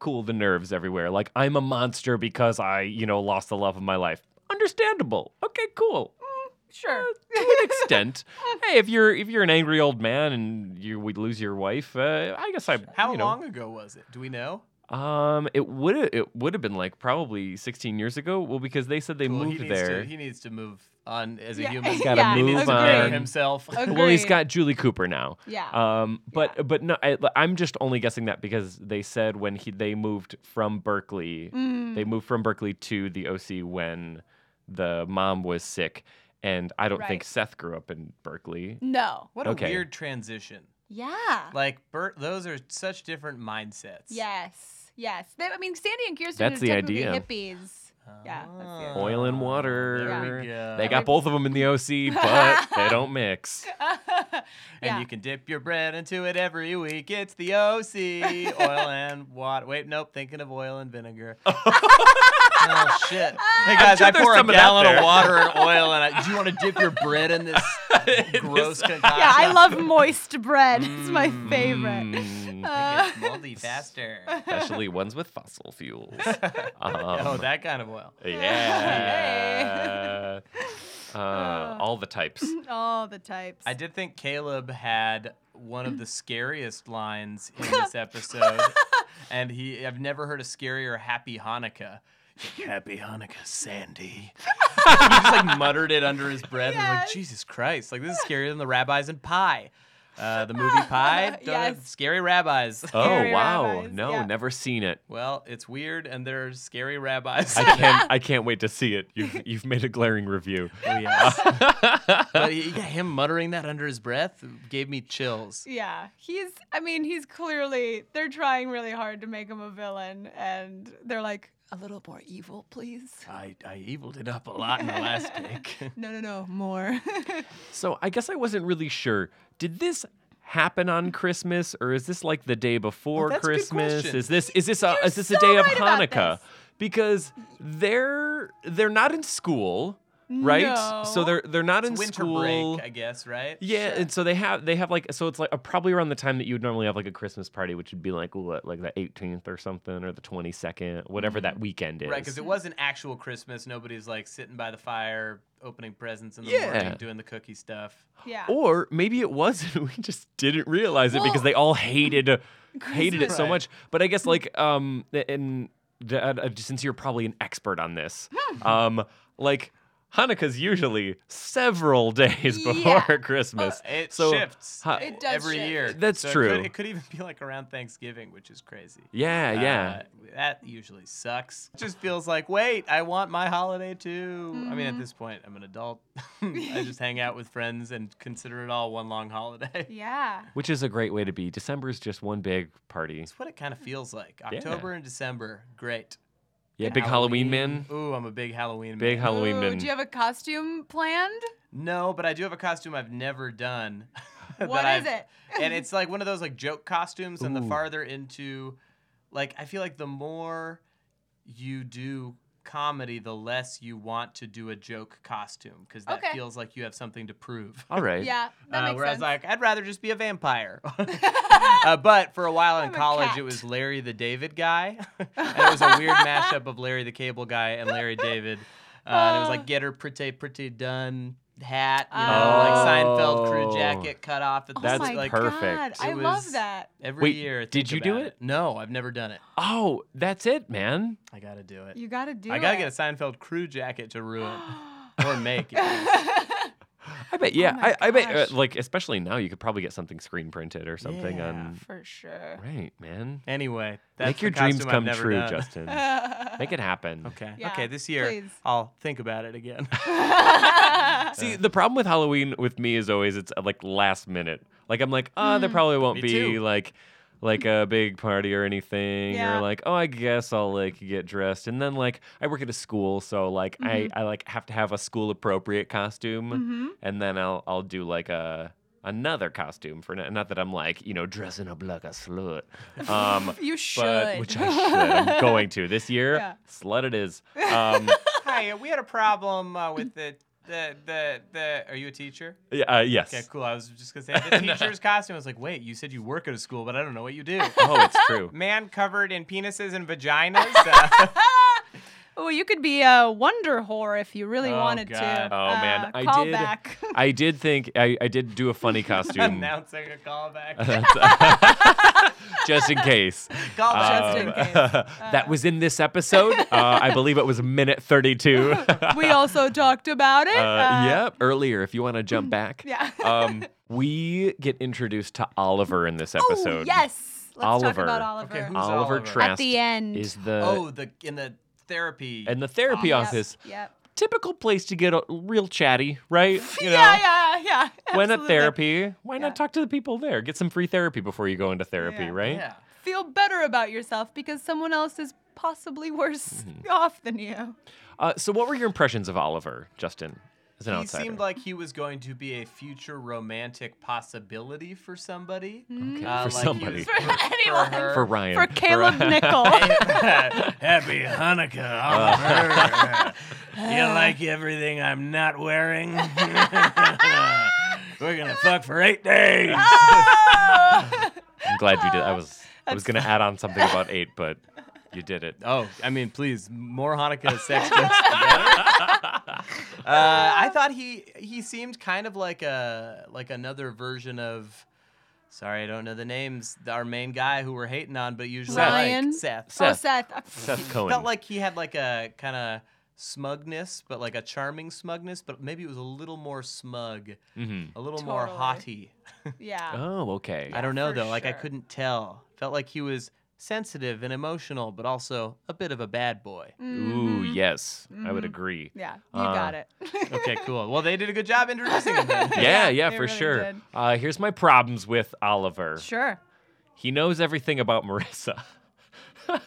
Speaker 1: cool the nerves everywhere. Like I'm a monster because I you know lost the love of my life. Understandable. Okay, cool.
Speaker 2: Sure.
Speaker 1: To an extent, hey, if you're if you're an angry old man and you would lose your wife, uh, I guess I
Speaker 3: How
Speaker 1: you know,
Speaker 3: long ago was it? Do we know?
Speaker 1: um, it would it would have been like probably 16 years ago. Well, because they said they
Speaker 3: Well, he
Speaker 1: moved
Speaker 3: needs
Speaker 1: there.
Speaker 3: To, he needs to move on as a
Speaker 2: Yeah,
Speaker 3: human.
Speaker 1: Gotta
Speaker 2: yeah,
Speaker 3: he needs
Speaker 1: move
Speaker 3: to
Speaker 2: agree.
Speaker 3: better
Speaker 1: on.
Speaker 3: himself.
Speaker 1: well, he's
Speaker 2: Agreed.
Speaker 1: got Julie Cooper now.
Speaker 2: Yeah.
Speaker 1: Um, but but no, I, I'm just only guessing that because they said when he they moved from Berkeley,
Speaker 2: Mm.
Speaker 1: they moved from Berkeley to the OC when the mom was sick, and I don't think
Speaker 2: Right.
Speaker 1: Seth grew up in Berkeley.
Speaker 2: No.
Speaker 3: What a
Speaker 1: Okay.
Speaker 3: weird transition.
Speaker 2: Yeah.
Speaker 3: Like, Bert, those are such different mindsets.
Speaker 2: Yes. Yes. They, I mean, Sandy and Kirsten
Speaker 1: That's
Speaker 2: are
Speaker 1: the
Speaker 2: technically
Speaker 1: idea.
Speaker 2: hippies. Yeah. That's
Speaker 3: Ah.
Speaker 2: the idea.
Speaker 1: Oil and water.
Speaker 3: There we go.
Speaker 1: They got both of them in the OC, but they don't mix.
Speaker 3: And
Speaker 2: Yeah.
Speaker 3: you can dip your bread into it every week. It's the OC oil and water. Wait, nope. Thinking of oil and vinegar. oh shit! Hey guys,
Speaker 1: sure
Speaker 3: I
Speaker 1: there's
Speaker 3: pour a
Speaker 1: some of that
Speaker 3: gallon
Speaker 1: there.
Speaker 3: of water and oil, and I, do you want to dip your bread in this gross concoction?
Speaker 2: Yeah, I love moist bread. it's my favorite.
Speaker 1: Mm,
Speaker 3: It gets moldy faster.
Speaker 1: especially ones with fossil fuels.
Speaker 3: oh,
Speaker 1: Um,
Speaker 3: that kind of oil.
Speaker 1: Yeah.
Speaker 3: Oh.
Speaker 1: Uh, all the types.
Speaker 2: All the types.
Speaker 3: I did think Caleb had one of the scariest lines in this episode. and he I've never heard a scarier happy Hanukkah. Happy Hanukkah, Sandy. he just like muttered it under his breath and was like,
Speaker 2: Yes.
Speaker 3: Jesus Christ, like this is scarier than the rabbis in Pie. Uh, the movie Pie, don't have
Speaker 2: Yes.
Speaker 3: scary rabbis.
Speaker 2: Scary
Speaker 1: oh wow,
Speaker 2: rabbis,
Speaker 1: no,
Speaker 2: yeah.
Speaker 1: never seen it.
Speaker 3: Well, it's weird, and there are scary rabbis.
Speaker 1: I can't. I can't wait to see it. You've you've made a glaring review.
Speaker 3: Oh, yes. but he- yeah, him muttering that under his breath gave me chills.
Speaker 2: Yeah, he's. I mean, he's clearly. They're trying really hard to make him a villain, and they're like a little more evil, please.
Speaker 3: I, I eviled it up a lot in the last take.
Speaker 2: No, no, no, more.
Speaker 1: So I guess I wasn't really sure. Did this happen on Christmas, or is this like the day before
Speaker 3: Oh, that's a good
Speaker 1: Christmas?
Speaker 3: question.
Speaker 1: Is this is this a
Speaker 2: You're
Speaker 1: is this a
Speaker 2: so
Speaker 1: day of
Speaker 2: right about
Speaker 1: Hanukkah?
Speaker 2: this.
Speaker 1: Because they're they're not in school, right? So
Speaker 2: No.
Speaker 1: they're they're not in
Speaker 3: It's winter
Speaker 1: school.
Speaker 3: break, I guess, right?
Speaker 1: Yeah, and so they have they have like so it's like uh, probably around the time that you would normally have like a Christmas party, which would be like what like the 18th or something or the 22nd, whatever that weekend is.
Speaker 3: Mm-hmm. Right, because it wasn't actual Christmas. Nobody's like sitting by the fire, opening presents in the
Speaker 1: Yeah.
Speaker 3: morning, doing the cookie stuff.
Speaker 2: yeah.
Speaker 1: or maybe it was and we just didn't realize it because
Speaker 2: Well-
Speaker 1: they all hated uh, hated it so
Speaker 3: Right.
Speaker 1: much. But I guess like um and the- uh, since you're probably an expert on this,
Speaker 3: Hmm.
Speaker 1: um like Hanukkah's usually several days before
Speaker 2: Yeah.
Speaker 1: Christmas.
Speaker 3: It
Speaker 1: so
Speaker 3: shifts
Speaker 1: ha-
Speaker 2: It does
Speaker 3: every
Speaker 2: shift.
Speaker 3: year.
Speaker 1: That's
Speaker 3: So it
Speaker 1: true.
Speaker 3: could- It could, even be like around Thanksgiving, which is crazy.
Speaker 1: yeah, yeah.
Speaker 3: Uh, that usually sucks. It just feels like, wait, I want my holiday too. I mean,
Speaker 2: Mm-hmm.
Speaker 3: at this point, I'm an adult. I just hang out with friends and consider it all one long holiday.
Speaker 2: Yeah.
Speaker 1: which is a great way to be. December's just one big party.
Speaker 3: It's what it kind of feels like. October and December, great.
Speaker 1: Yeah, big Halloween, man.
Speaker 3: Ooh, I'm a big Halloween man.
Speaker 1: Big Halloween
Speaker 2: Ooh,
Speaker 1: man.
Speaker 2: do you have a costume planned?
Speaker 3: No, but I do have a costume I've never done. that
Speaker 2: What
Speaker 3: I've-
Speaker 2: is it?
Speaker 3: and it's like one of those like joke costumes, and the
Speaker 1: Ooh.
Speaker 3: farther into, like I feel like the more you do comedy, the less you want to do a joke costume because that
Speaker 2: Okay.
Speaker 3: feels like you have something to prove.
Speaker 1: All right.
Speaker 2: Yeah, that
Speaker 3: Uh,
Speaker 2: makes
Speaker 3: whereas
Speaker 2: sense.
Speaker 3: like I'd rather just be a vampire. uh, but for a while in
Speaker 2: I'm a
Speaker 3: college,
Speaker 2: cat.
Speaker 3: it was Larry the David guy, and it was a weird mashup of Larry the Cable guy and Larry David. Uh, and it was like get her pretty pretty done hat, you know,
Speaker 1: Oh.
Speaker 3: like Seinfeld crew
Speaker 1: Oh.
Speaker 3: jacket cut off at the
Speaker 1: That's
Speaker 2: oh my
Speaker 3: like
Speaker 2: God,
Speaker 1: perfect.
Speaker 2: I
Speaker 3: It was-
Speaker 2: love that.
Speaker 3: every
Speaker 1: Wait,
Speaker 3: year.
Speaker 1: did
Speaker 3: think
Speaker 1: you do
Speaker 3: about
Speaker 1: it?
Speaker 3: No, I've never done it.
Speaker 1: Oh, that's it, man.
Speaker 3: I gotta do it.
Speaker 2: You gotta do.
Speaker 3: I gotta
Speaker 2: it.
Speaker 3: get a Seinfeld crew jacket to ruin or make it.
Speaker 1: I bet.
Speaker 3: Oh
Speaker 1: Yeah,
Speaker 2: my
Speaker 1: I, I bet.
Speaker 2: gosh.
Speaker 1: Uh, like especially now, you could probably get something screen printed or something
Speaker 3: Yeah.
Speaker 1: on.
Speaker 2: for sure.
Speaker 1: Right, man.
Speaker 3: Anyway, that's
Speaker 1: Make your
Speaker 3: the
Speaker 1: dreams
Speaker 3: costume I've
Speaker 1: come
Speaker 3: never
Speaker 1: true,
Speaker 3: done.
Speaker 1: Justin. Make it happen.
Speaker 3: Okay.
Speaker 2: Yeah,
Speaker 3: okay. This year,
Speaker 2: please.
Speaker 3: I'll think about it again.
Speaker 1: See, the problem with Halloween with me is always it's uh, like last minute. Like I'm like, ah, there probably won't
Speaker 3: Hmm. Me
Speaker 1: be
Speaker 3: too.
Speaker 1: like like a big party or anything
Speaker 2: Yeah.
Speaker 1: or like oh i guess i'll like get dressed and then like i work at a school so like
Speaker 3: Mm-hmm.
Speaker 1: i i like have to have a school appropriate costume
Speaker 2: Mm-hmm.
Speaker 1: and then i'll i'll do like a another costume for n- not that i'm like you know dressing up like a slut um
Speaker 2: You should.
Speaker 1: but which i should i'm going to this year
Speaker 2: Yeah.
Speaker 1: slut it is um
Speaker 3: Hi, uh, we had a problem uh, with the, the the the. Are you a teacher?
Speaker 1: yeah, uh, yes
Speaker 3: Okay, cool. I was just gonna say the teacher's costume. I was like, wait, you said you work at a school, but I don't know what you do.
Speaker 1: oh it's true
Speaker 3: Man covered in penises and vaginas. Uh,
Speaker 2: Oh, you could be a wonder whore if you really
Speaker 3: Oh,
Speaker 2: wanted
Speaker 3: God.
Speaker 2: to.
Speaker 1: Oh man,
Speaker 2: Uh,
Speaker 1: I
Speaker 2: call
Speaker 1: did.
Speaker 2: back.
Speaker 1: I did think I, I did do a funny
Speaker 3: Hmm.
Speaker 1: costume
Speaker 3: announcing a callback.
Speaker 1: Uh, just in case.
Speaker 3: callback.
Speaker 1: uh,
Speaker 2: Just in case.
Speaker 1: that was in this episode. Uh, I believe it was minute 32. uh,
Speaker 2: we also talked about it. Uh,
Speaker 1: yeah, earlier if you want to jump back.
Speaker 2: Yeah.
Speaker 1: um, we get introduced to Oliver in this episode.
Speaker 2: Oh yes. Let's talk
Speaker 1: Oliver.
Speaker 2: about Oliver.
Speaker 3: Okay, who's-
Speaker 1: Oliver,
Speaker 3: Oliver?
Speaker 1: Trask
Speaker 2: At the end.
Speaker 1: is the
Speaker 3: oh, uh, the in the therapy.
Speaker 1: in the therapy
Speaker 2: Yep,
Speaker 1: office.
Speaker 2: Yep.
Speaker 1: Typical place to get a, real chatty, right? You know,
Speaker 2: yeah, yeah, yeah.
Speaker 1: when at
Speaker 2: absolutely.
Speaker 1: therapy, why
Speaker 2: Yeah.
Speaker 1: not talk to the people there? Get some free therapy before you go into therapy,
Speaker 2: Yeah.
Speaker 1: right?
Speaker 3: yeah.
Speaker 2: Feel better about yourself because someone else is possibly worse
Speaker 1: Mm-hmm.
Speaker 2: off than you.
Speaker 1: Uh, so, what were your impressions of Oliver, Justin, as an
Speaker 3: He
Speaker 1: outsider?
Speaker 3: seemed like he was going to be a future romantic possibility for somebody.
Speaker 1: Okay, for
Speaker 3: Uh, like he
Speaker 1: somebody,
Speaker 3: was- for,
Speaker 2: anyone.
Speaker 3: her.
Speaker 1: for Ryan,
Speaker 2: For Caleb Nickel.
Speaker 3: Happy Hanukkah, Oliver. you like everything I'm not wearing? We're gonna fuck for eight days.
Speaker 1: I'm glad you did. I was I was gonna add on something about eight, but you did it.
Speaker 3: Oh, I mean, please, more Hanukkah sex jokes. uh, I thought he he seemed kind of like a like another version of Sorry, I don't know the names. Our main guy who we're hating on, but usually
Speaker 1: Seth.
Speaker 2: Ryan.
Speaker 3: like Seth.
Speaker 2: Oh,
Speaker 1: Seth.
Speaker 2: Seth. Uh,
Speaker 1: Seth
Speaker 3: It
Speaker 1: Cohen.
Speaker 3: Felt like he had like a kind of smugness, but like a charming smugness, but maybe it was a little more smug,
Speaker 1: Mhm.
Speaker 3: a little more
Speaker 2: Totally.
Speaker 3: haughty.
Speaker 2: Yeah.
Speaker 1: Oh, okay.
Speaker 3: I don't know
Speaker 2: for
Speaker 3: though. Like I
Speaker 2: sure.
Speaker 3: couldn't tell. Felt like he was sensitive and emotional, but also a bit of a bad boy.
Speaker 1: Mm. Ooh, yes, I would
Speaker 2: Mhm.
Speaker 1: agree.
Speaker 2: Yeah. You
Speaker 1: Uh,
Speaker 2: got it.
Speaker 3: Okay, cool. Well, they did a good job introducing him. Then.
Speaker 1: Yeah, yeah,
Speaker 2: they
Speaker 1: for
Speaker 2: really
Speaker 1: sure.
Speaker 2: did.
Speaker 1: Uh, here's my problems with Oliver.
Speaker 2: sure.
Speaker 1: He knows everything about Marissa,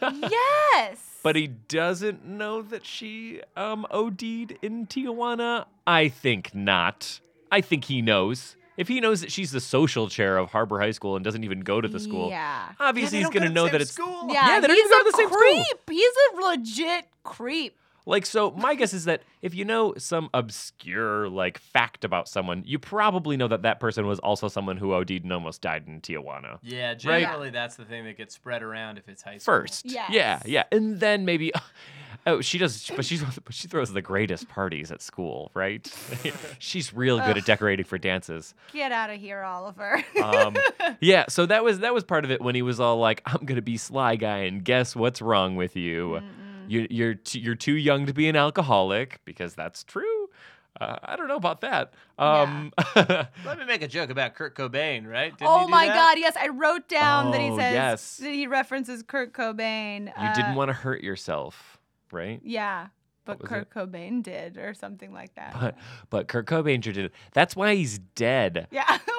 Speaker 2: Yes.
Speaker 1: but he doesn't know that she um, OD'd in Tijuana. I think not. I think he knows. If he knows that she's the social chair of Harbor High School and doesn't even go to the school,
Speaker 2: Yeah.
Speaker 1: obviously he's going to know that it's
Speaker 3: school.
Speaker 2: Yeah,
Speaker 1: Yeah, they don't
Speaker 2: he's
Speaker 1: even go
Speaker 2: a
Speaker 1: to the same school.
Speaker 2: creep. He's a legit creep.
Speaker 1: Like, so my guess is that if you know some obscure, like, fact about someone, you probably know that that person was also someone who OD'd and almost died in Tijuana.
Speaker 3: Yeah, generally that's the thing that gets spread around if it's high school.
Speaker 1: First. Yeah,
Speaker 2: Yes.
Speaker 1: yeah. And then maybe. Oh, she does, but she's but she throws the greatest parties at school, right? she's real good at decorating for dances.
Speaker 2: Get out of here, Oliver.
Speaker 1: Um, yeah, so that was that was part of it when he was all like, "I'm gonna be sly guy and guess what's wrong with you? You, you're t- you're too young to be an alcoholic because that's true. Uh, I don't know about that. Um,
Speaker 3: Let me make a joke about Kurt Cobain, right? Didn't he
Speaker 2: oh
Speaker 3: do
Speaker 2: my
Speaker 3: that?
Speaker 2: God! Yes, I wrote down that he
Speaker 1: Oh,
Speaker 2: says
Speaker 1: yes.
Speaker 2: that he references Kurt Cobain.
Speaker 1: you
Speaker 2: uh,
Speaker 1: didn't want to hurt yourself, right?
Speaker 2: Yeah, but
Speaker 1: was
Speaker 2: Kurt Cobain did, or something like that.
Speaker 1: But but Kurt Cobain sure did. it. That's why he's dead.
Speaker 2: yeah.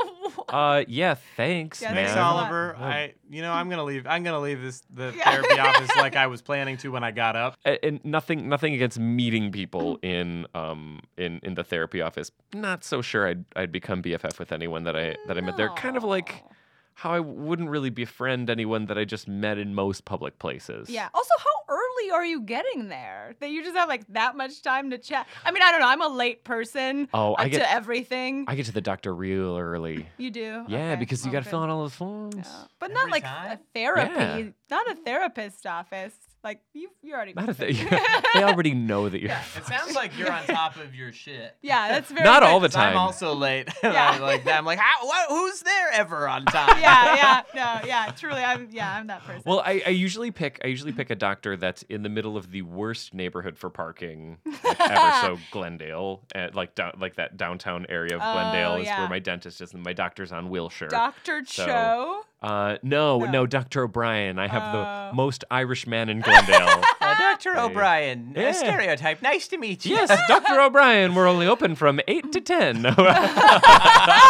Speaker 1: Uh, yeah. Thanks,
Speaker 2: Yeah,
Speaker 1: man.
Speaker 2: thanks,
Speaker 3: Thanks,
Speaker 2: Yeah.
Speaker 3: Oliver. I, you know, I'm gonna leave. I'm gonna leave this the
Speaker 2: Yeah.
Speaker 3: therapy office like I was planning to when I got up.
Speaker 1: A- and nothing nothing against meeting people in um in in the therapy office. Not so sure I'd I'd become BFF with anyone that I that I met there. Kind of like
Speaker 2: No.
Speaker 1: how I wouldn't really befriend anyone that I just met in most public places.
Speaker 2: Yeah. Also, how early are you getting there? That you just have like that much time to chat. I mean, I don't know. I'm a late person.
Speaker 1: Oh, I
Speaker 2: uh,
Speaker 1: get-
Speaker 2: to everything.
Speaker 1: I get to the doctor real early.
Speaker 2: you do.
Speaker 1: Yeah,
Speaker 2: Okay.
Speaker 1: because you
Speaker 2: Oh,
Speaker 1: got to
Speaker 2: good.
Speaker 1: fill out all those forms.
Speaker 2: Yeah. But not
Speaker 3: Every
Speaker 2: like
Speaker 3: time?
Speaker 2: a therapy, not a therapist office. Like you, you already.
Speaker 1: Not if they, they already know that you're.
Speaker 3: It sounds like you're on top of your shit.
Speaker 2: yeah, that's very.
Speaker 1: Not all the
Speaker 2: good.
Speaker 1: time.
Speaker 3: I'm also late.
Speaker 2: Yeah.
Speaker 3: I'm like that. I'm like, how? What, who's there ever on time?
Speaker 2: Yeah, yeah, no, yeah. Truly, I'm. Yeah, I'm that person.
Speaker 1: Well, I, I usually pick I usually pick a doctor that's in the middle of the worst neighborhood for parking, like ever so Glendale, uh, like down, like that downtown area of
Speaker 2: Oh,
Speaker 1: Glendale is
Speaker 2: yeah.
Speaker 1: where my dentist is, and my doctor's on Wilshire.
Speaker 2: Doctor
Speaker 1: So-
Speaker 2: Cho.
Speaker 1: uh, no,
Speaker 2: No.
Speaker 1: no, Dr. O'Brien. I have
Speaker 2: Oh.
Speaker 1: the most Irish man in Glendale.
Speaker 3: Uh, Doctor
Speaker 1: Hey.
Speaker 3: O'Brien,
Speaker 1: Yeah.
Speaker 3: a stereotype. Nice to meet you.
Speaker 1: yes, Dr. O'Brien. We're only open from eight to ten.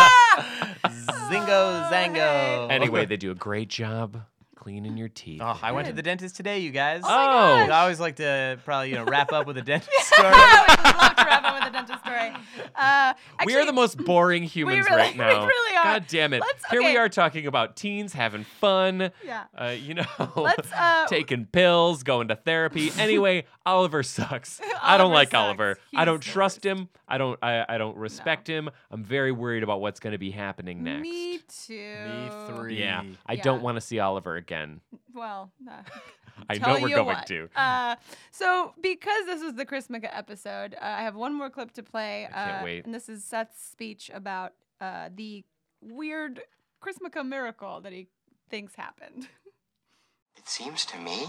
Speaker 3: Zingo Zango.
Speaker 1: anyway, they do a great job cleaning your teeth.
Speaker 3: Oh, I went to the dentist today, you guys.
Speaker 1: Oh my gosh.
Speaker 3: I always like to probably you know wrap up with a dentist story.
Speaker 2: I would love to wrap up with a dentist story. Uh,
Speaker 1: we are
Speaker 2: actually-
Speaker 1: the most boring humans
Speaker 2: really-
Speaker 1: right
Speaker 2: we
Speaker 1: now.
Speaker 2: really are.
Speaker 1: God damn it.
Speaker 2: Let's-
Speaker 1: Here
Speaker 2: okay.
Speaker 1: we are talking about teens having fun.
Speaker 2: Yeah.
Speaker 1: Uh, you know,
Speaker 2: Let's, uh,
Speaker 1: taking pills, going to therapy. Anyway, Oliver sucks. I don't
Speaker 2: Oliver
Speaker 1: like
Speaker 2: sucks.
Speaker 1: Oliver. I
Speaker 2: He's
Speaker 1: don't
Speaker 2: the
Speaker 1: trust him. I don't. I, I don't respect him. I'm very worried about what's going to be happening next.
Speaker 2: Me too.
Speaker 3: Me three.
Speaker 1: Yeah, I
Speaker 2: Yeah.
Speaker 1: don't want to see Oliver again.
Speaker 2: Well, no.
Speaker 1: I
Speaker 2: Tell
Speaker 1: know we're
Speaker 2: you
Speaker 1: going
Speaker 2: what.
Speaker 1: to.
Speaker 2: Uh, so, because this was the Chris Mika episode, uh, I have one more clip to play.
Speaker 1: can't
Speaker 2: uh,
Speaker 1: wait.
Speaker 2: And this is Seth's speech about uh, the weird Chris Mika miracle that he thinks happened.
Speaker 6: It seems to me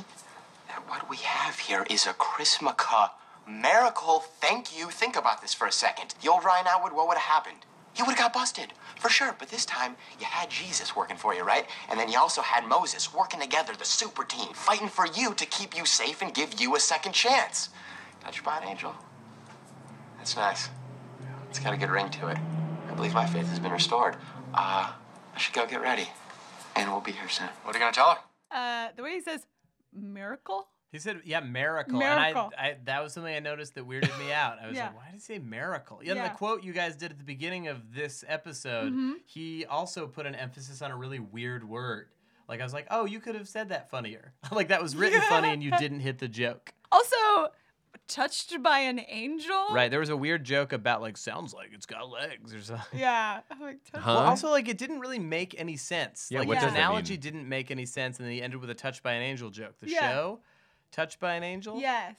Speaker 6: that what we have here is a Chrismica miracle. Thank you. Think about this for a second. The old Ryan Atwood, what would have happened? He would have got busted, for sure. But this time, you had Jesus working for you, right? And then you also had Moses working together, the super team, fighting for you to keep you safe and give you a second chance. Touched by an angel. That's nice. It's got a good ring to it. I believe my faith has been restored. Uh, I should go get ready. And we'll be here soon. What are you going to tell her?
Speaker 2: Uh, the way he says, miracle?
Speaker 3: He said, "Yeah, miracle."
Speaker 2: Miracle.
Speaker 3: And I, I, that was something I noticed that weirded me out. I was
Speaker 2: Yeah.
Speaker 3: like, "Why did he say miracle?" Yeah,
Speaker 2: Yeah. Mm-hmm.
Speaker 3: the quote you guys did at the beginning of this episode, he also put an emphasis on a really weird word. Like I was like, "Oh, you could have said that funnier." like that was written funny, and you didn't hit the joke.
Speaker 2: Also, touched by an angel?
Speaker 3: Right? There was a weird joke about like sounds like it's got legs or something.
Speaker 2: Yeah. I'm like, touched
Speaker 1: Huh?
Speaker 3: Well, also like it didn't really make any sense.
Speaker 1: Yeah,
Speaker 3: like
Speaker 2: what
Speaker 3: his
Speaker 2: does that
Speaker 3: analogy
Speaker 1: mean?
Speaker 3: didn't make any sense, and then he ended with a "touched by an angel" joke. The
Speaker 2: Yeah.
Speaker 3: show, "Touched by an Angel."
Speaker 2: Yes.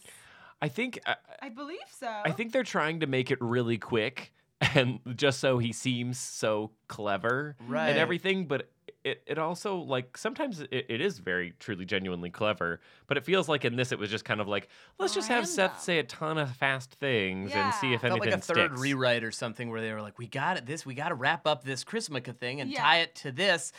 Speaker 1: I think. I,
Speaker 2: I believe so.
Speaker 1: I think they're trying to make it really quick and just so he seems so clever
Speaker 3: Right.
Speaker 1: and everything, but it, it also like sometimes it, it is very truly genuinely clever, but it feels like in this it was just kind of like let's just have Seth
Speaker 2: Random.
Speaker 1: say a ton of fast things and see
Speaker 2: Yeah.
Speaker 1: if
Speaker 3: Felt
Speaker 1: anything
Speaker 3: like a third
Speaker 1: sticks.
Speaker 3: rewrite or something where they were like, "We got it. This. We got to wrap up this Chrismica thing and
Speaker 2: Yeah.
Speaker 3: tie it to this.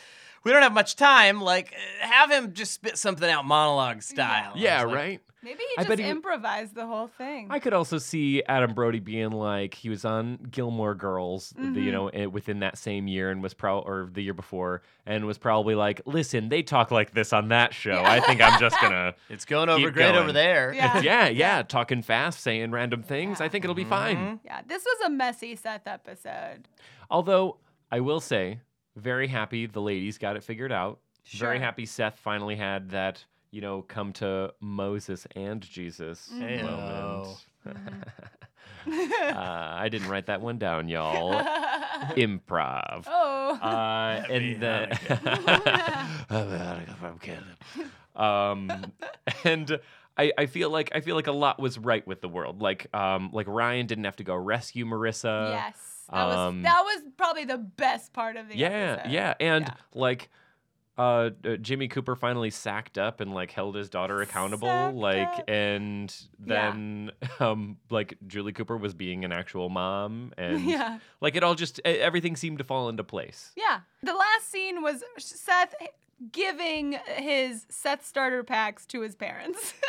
Speaker 3: We don't have much time. Like, uh, have him just spit something out monologue style." I
Speaker 1: yeah,
Speaker 3: was like,
Speaker 1: right.
Speaker 2: Maybe he
Speaker 1: I
Speaker 2: just
Speaker 1: bet he-
Speaker 2: improvised the whole thing.
Speaker 1: I could also see Adam Brody being like he was on Gilmore Girls, the,
Speaker 3: Mm-hmm.
Speaker 1: you
Speaker 2: Mhm.
Speaker 1: know, eh, within that same year and was pro or the year before and was probably like, "Listen, they talk like this on that show. I think I'm just gonna
Speaker 3: It's going over
Speaker 1: Keep
Speaker 3: great over
Speaker 1: going.
Speaker 3: there.
Speaker 2: Yeah.
Speaker 1: yeah, yeah, talking fast, saying random things. I
Speaker 2: Yeah.
Speaker 1: think it'll be
Speaker 3: Mm-hmm.
Speaker 1: fine."
Speaker 2: yeah, this was a messy Seth episode.
Speaker 1: Although I will say, very happy the ladies got it figured out. Very
Speaker 2: Sure.
Speaker 1: happy Seth finally had that, you know, come to Moses and Jesus
Speaker 3: Mhm.
Speaker 1: moment.
Speaker 2: Mhm.
Speaker 1: uh, I didn't write that one down, y'all. Improv.
Speaker 2: oh.
Speaker 1: Uh, and then from Canada. Um, and I, I feel like I feel like a lot was right with the world. Like um, like Ryan didn't have to go rescue Marissa.
Speaker 2: yes. That
Speaker 1: um,
Speaker 2: was that was probably the best part of the
Speaker 1: Yeah,
Speaker 2: episode.
Speaker 1: yeah, and
Speaker 2: Yeah.
Speaker 1: like uh, uh, Jimmy Cooper finally sacked up and like held his daughter accountable,
Speaker 2: Sacked
Speaker 1: like,
Speaker 2: up.
Speaker 1: and
Speaker 2: Yeah.
Speaker 1: then um, like Julie Cooper was being an actual mom, and
Speaker 2: Yeah.
Speaker 1: like it all just e- everything seemed to fall into place.
Speaker 2: Yeah. The last scene was Seth giving his Seth starter packs to his parents.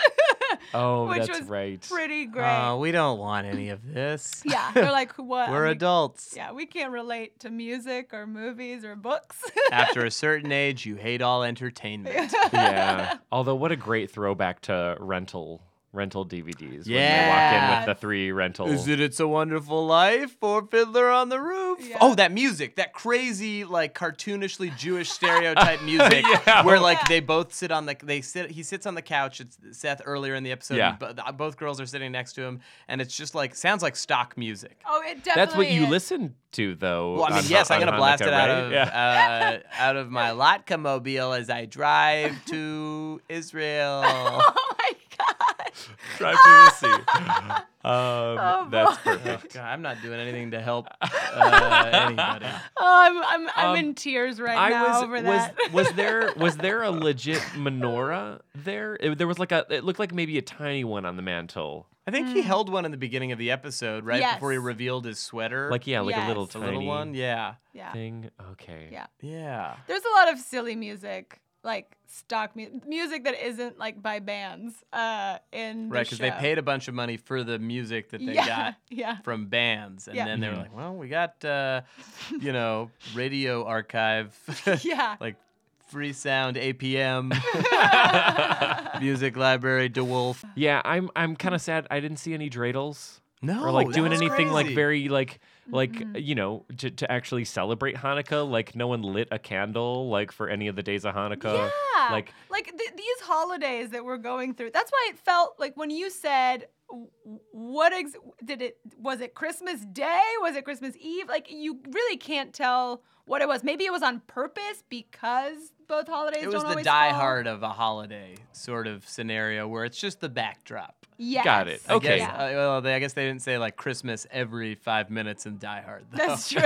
Speaker 1: Oh,
Speaker 2: Which
Speaker 1: that's
Speaker 2: was
Speaker 1: right.
Speaker 2: Pretty great.
Speaker 3: Oh, we don't want any of this.
Speaker 2: yeah. They're like, what?
Speaker 3: We're
Speaker 2: we-
Speaker 3: adults.
Speaker 2: Yeah, we can't relate to music or movies or books.
Speaker 3: After a certain age, you hate all entertainment.
Speaker 1: yeah. Although, what a great throwback to rental rental DVDs. When they walk in
Speaker 3: Yeah.
Speaker 1: with the three rental.
Speaker 3: Is it It's a Wonderful Life or Fiddler on the Roof?
Speaker 2: Yeah.
Speaker 3: Oh, that music, that crazy, like cartoonishly Jewish stereotype music,
Speaker 1: Yeah.
Speaker 3: where like
Speaker 2: Yeah.
Speaker 3: they both sit on the they sit he sits on the couch. It's Seth earlier in the episode.
Speaker 1: Yeah.
Speaker 3: But both girls are sitting next to him, and it's just like sounds like stock music.
Speaker 2: oh, it definitely
Speaker 1: that's what you
Speaker 2: is.
Speaker 1: listen to, though.
Speaker 3: Well, I mean,
Speaker 1: on-
Speaker 3: yes, I'm
Speaker 1: on
Speaker 3: gonna blast
Speaker 1: Hanukkah,
Speaker 3: it out
Speaker 1: right?
Speaker 3: of
Speaker 1: Yeah.
Speaker 3: uh, out of my Latka mobile as I drive to Israel.
Speaker 2: Oh my god.
Speaker 1: Drive through the sea. Um, that's
Speaker 2: Oh, boy.
Speaker 1: perfect.
Speaker 3: God, I'm not doing anything to help uh, anybody.
Speaker 2: Oh, I'm I'm, I'm
Speaker 1: Um,
Speaker 2: in tears right
Speaker 1: I
Speaker 2: now
Speaker 1: was
Speaker 2: over
Speaker 1: was
Speaker 2: that.
Speaker 1: was there was there a legit menorah there? It- there was like a it looked like maybe a tiny one on the mantle.
Speaker 3: I think he held one in the beginning of the episode, right before he
Speaker 2: Hmm. Yes.
Speaker 3: revealed his sweater.
Speaker 1: Like yeah, like a
Speaker 2: Yes.
Speaker 1: little
Speaker 3: the
Speaker 1: tiny
Speaker 3: little one, yeah,
Speaker 2: yeah.
Speaker 1: thing. Okay.
Speaker 2: Yeah.
Speaker 3: yeah.
Speaker 2: There's a lot of silly music, like stock mu- music that isn't like by bands uh in
Speaker 3: Right,
Speaker 2: because
Speaker 3: because they paid a bunch of money for the music that they
Speaker 2: yeah,
Speaker 3: got
Speaker 2: Yeah.
Speaker 3: from bands, and
Speaker 2: Yeah.
Speaker 3: then they were
Speaker 1: Mhm.
Speaker 3: like, "Well, we got, uh, you know, radio archive,
Speaker 2: Yeah.
Speaker 3: like free sound, APM, music library, DeWolf."
Speaker 1: Yeah, I'm I'm kind of sad I didn't see any dreidels.
Speaker 3: No,
Speaker 1: or like
Speaker 3: that
Speaker 1: doing
Speaker 3: was
Speaker 1: anything like
Speaker 3: crazy.
Speaker 1: very like like
Speaker 2: Mm-hmm.
Speaker 1: you know to, to actually celebrate hanukkah like no one lit a candle like for any of the days of
Speaker 3: uh,
Speaker 1: hanukkah
Speaker 2: Yeah.
Speaker 1: like
Speaker 2: like th- these holidays that we're going through. That's why it felt like when you said w- what ex- did it was it Christmas Day? Was it Christmas Eve? Like you really can't tell what it was. Maybe it was on purpose because both holidays
Speaker 3: It was
Speaker 2: don't
Speaker 3: the
Speaker 2: always
Speaker 3: die
Speaker 2: fall.
Speaker 3: hard of a holiday sort of scenario where it's just the backdrop.
Speaker 2: Yes.
Speaker 1: Got it.
Speaker 3: I
Speaker 1: Okay.
Speaker 3: guess,
Speaker 2: Yeah.
Speaker 3: uh, well, they, I guess they didn't say like Christmas every five minutes in Die Hard. Though.
Speaker 2: That's true.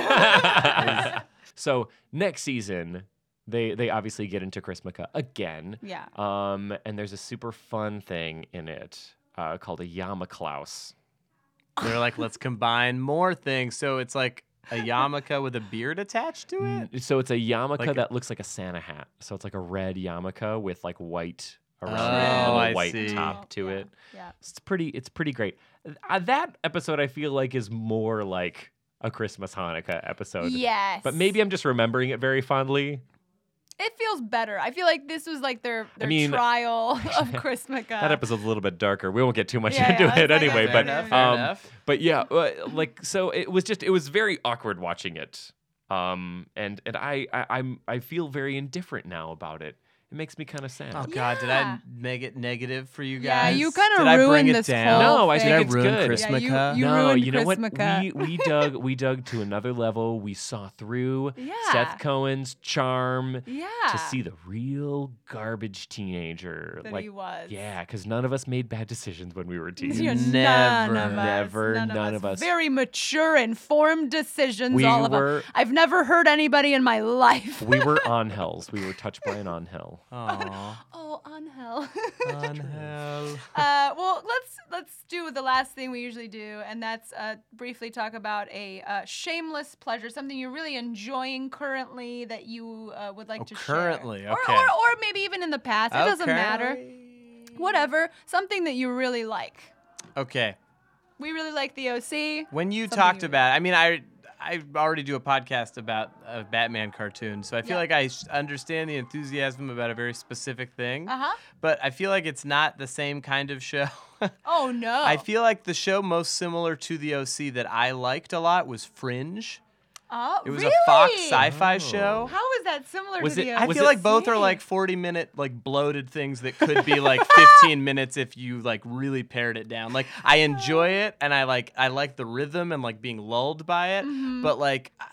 Speaker 1: so next season they they obviously get into chrismica again
Speaker 2: yeah.
Speaker 1: um and there's a super fun thing in it uh, called a yamaklaus
Speaker 3: They're like, let's combine more things. So it's like a yarmulke with a beard attached to it.
Speaker 1: so it's a yarmulke
Speaker 3: Like a-
Speaker 1: that looks like a santa hat so it's like a red yarmulke with like white around
Speaker 3: Oh,
Speaker 1: it and
Speaker 3: I
Speaker 1: a white
Speaker 3: see.
Speaker 1: top to
Speaker 2: Yeah.
Speaker 1: it
Speaker 2: Yeah.
Speaker 1: It's pretty. It's pretty great. Uh, that episode I feel like is more like a Christmas Hanukkah episode.
Speaker 2: Yes.
Speaker 1: But maybe I'm just remembering it very fondly.
Speaker 2: it feels better. I feel like this was like their their
Speaker 1: mean-
Speaker 2: trial of Chrismica.
Speaker 1: That episode's a little bit darker. We won't get too much
Speaker 2: Uh, Yeah,
Speaker 1: into
Speaker 2: yeah,
Speaker 1: it
Speaker 2: that's like
Speaker 1: anyway.
Speaker 2: a
Speaker 1: but
Speaker 2: fair enough, fair
Speaker 1: um,
Speaker 3: enough.
Speaker 1: but yeah, uh, like so it was just it was very awkward watching it. Um, and and I, I I'm I feel very indifferent now about it. It makes me kind of sad.
Speaker 3: Oh God, did I
Speaker 2: Yeah.
Speaker 3: make it negative for you
Speaker 2: Yeah,
Speaker 3: guys?
Speaker 2: you kinda
Speaker 3: Did I bring
Speaker 2: ruined
Speaker 3: it
Speaker 2: this
Speaker 3: down?
Speaker 2: whole
Speaker 1: No, I think
Speaker 2: Did I
Speaker 1: it's
Speaker 3: ruin
Speaker 1: good.
Speaker 3: Christmas?
Speaker 2: Yeah, you,
Speaker 3: Chrismica.
Speaker 2: you
Speaker 1: no,
Speaker 2: ruined
Speaker 1: you know
Speaker 2: Chrismica.
Speaker 1: what? We we dug we dug to another level. We saw through
Speaker 2: Yeah.
Speaker 1: Seth Cohen's charm
Speaker 2: yeah.
Speaker 1: to see the real garbage teenager.
Speaker 2: that
Speaker 1: like
Speaker 2: he was.
Speaker 1: yeah, because none of us made bad decisions when we were teens.
Speaker 2: You know,
Speaker 3: Never.
Speaker 2: none of us,
Speaker 1: Never,
Speaker 2: none,
Speaker 1: none of
Speaker 2: of,
Speaker 1: us.
Speaker 2: us. Very mature, informed decisions.
Speaker 1: We
Speaker 2: all of
Speaker 1: were-
Speaker 2: us. I've never heard anybody in my life.
Speaker 1: We were on hells. We were touched by an on hell.
Speaker 3: Aw,
Speaker 2: oh, on hell.
Speaker 3: on hell.
Speaker 2: uh, well, let's let's do the last thing we usually do, and that's uh, briefly talk about a uh, shameless pleasure, something you're really enjoying currently that you uh, would like
Speaker 3: Oh,
Speaker 2: to
Speaker 3: currently,
Speaker 2: share,
Speaker 3: okay.
Speaker 2: or, or or maybe even in the past. It doesn't matter.
Speaker 3: Okay.
Speaker 2: Whatever, something that you really like.
Speaker 3: Okay.
Speaker 2: We really like the OC.
Speaker 3: When you
Speaker 2: Something
Speaker 3: talked
Speaker 2: you-
Speaker 3: about, I mean, I I already do a podcast about a Batman cartoon, so I feel
Speaker 2: Yeah.
Speaker 3: like I s- understand the enthusiasm about a very specific thing.
Speaker 2: Uh huh.
Speaker 3: But I feel like it's not the same kind of show.
Speaker 2: Oh no.
Speaker 3: I feel like the show most similar to the OC that I liked a lot was Fringe.
Speaker 2: Oh,
Speaker 3: It was
Speaker 2: really?
Speaker 3: a Fox sci-fi show.
Speaker 2: How is that similar
Speaker 1: Was
Speaker 2: to
Speaker 1: it-
Speaker 2: the?
Speaker 1: I
Speaker 3: I
Speaker 1: Was
Speaker 3: feel
Speaker 1: it-
Speaker 3: like both are
Speaker 2: Same.
Speaker 3: like 40 minute like bloated things that could be like 15 minutes if you like really pared it down. Like I enjoy it and I like I like the rhythm and like being lulled by it, but like I,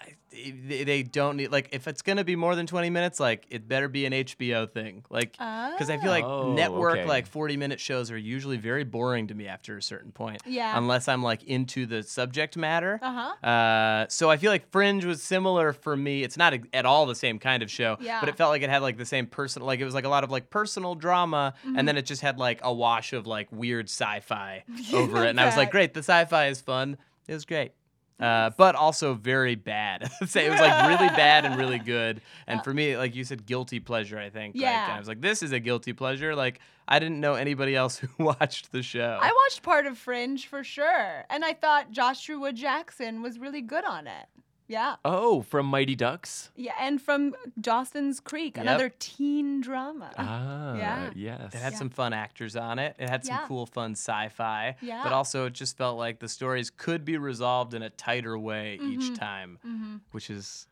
Speaker 3: they they don't need like if it's going to be more than 20 minutes like it better be an HBO thing. Like cuz I feel like
Speaker 1: Oh,
Speaker 3: network
Speaker 1: okay.
Speaker 3: like 40 minute shows are usually very boring to me after a certain point
Speaker 2: Yeah.
Speaker 3: unless I'm like into the subject matter.
Speaker 2: Uh-huh.
Speaker 3: Uh, so I feel like Fringe was similar for me. It's not at all the same kind of show,
Speaker 2: Yeah.
Speaker 3: but it felt like it had like the same personal, like it was like a lot of like personal drama,
Speaker 2: Mm-hmm.
Speaker 3: and then it just had like a wash of like weird sci-fi over it, and I was like,
Speaker 2: Right.
Speaker 3: great, the sci-fi is fun. It was great. Uh, but also very bad. So it was like really bad and really good. And for me, like you said, guilty pleasure. I think. like,
Speaker 2: Yeah.
Speaker 3: and I was like, this is a guilty pleasure. Like I didn't know anybody else who watched the show.
Speaker 2: I watched part of Fringe for sure, and I thought Joshua Wood Jackson was really good on it. Yeah,
Speaker 1: Oh, from Mighty Ducks.
Speaker 2: yeah, and from Dawson's Creek,
Speaker 3: Yep.
Speaker 2: another teen drama.
Speaker 1: Ah,
Speaker 2: Uh-huh. Yeah.
Speaker 1: yes.
Speaker 3: It had
Speaker 2: Yeah.
Speaker 3: some fun actors on it. It had some
Speaker 2: Yeah.
Speaker 3: cool, fun sci-fi.
Speaker 2: Yeah.
Speaker 3: But also, it just felt like the stories could be resolved in a tighter way each time,
Speaker 2: hmm
Speaker 3: which is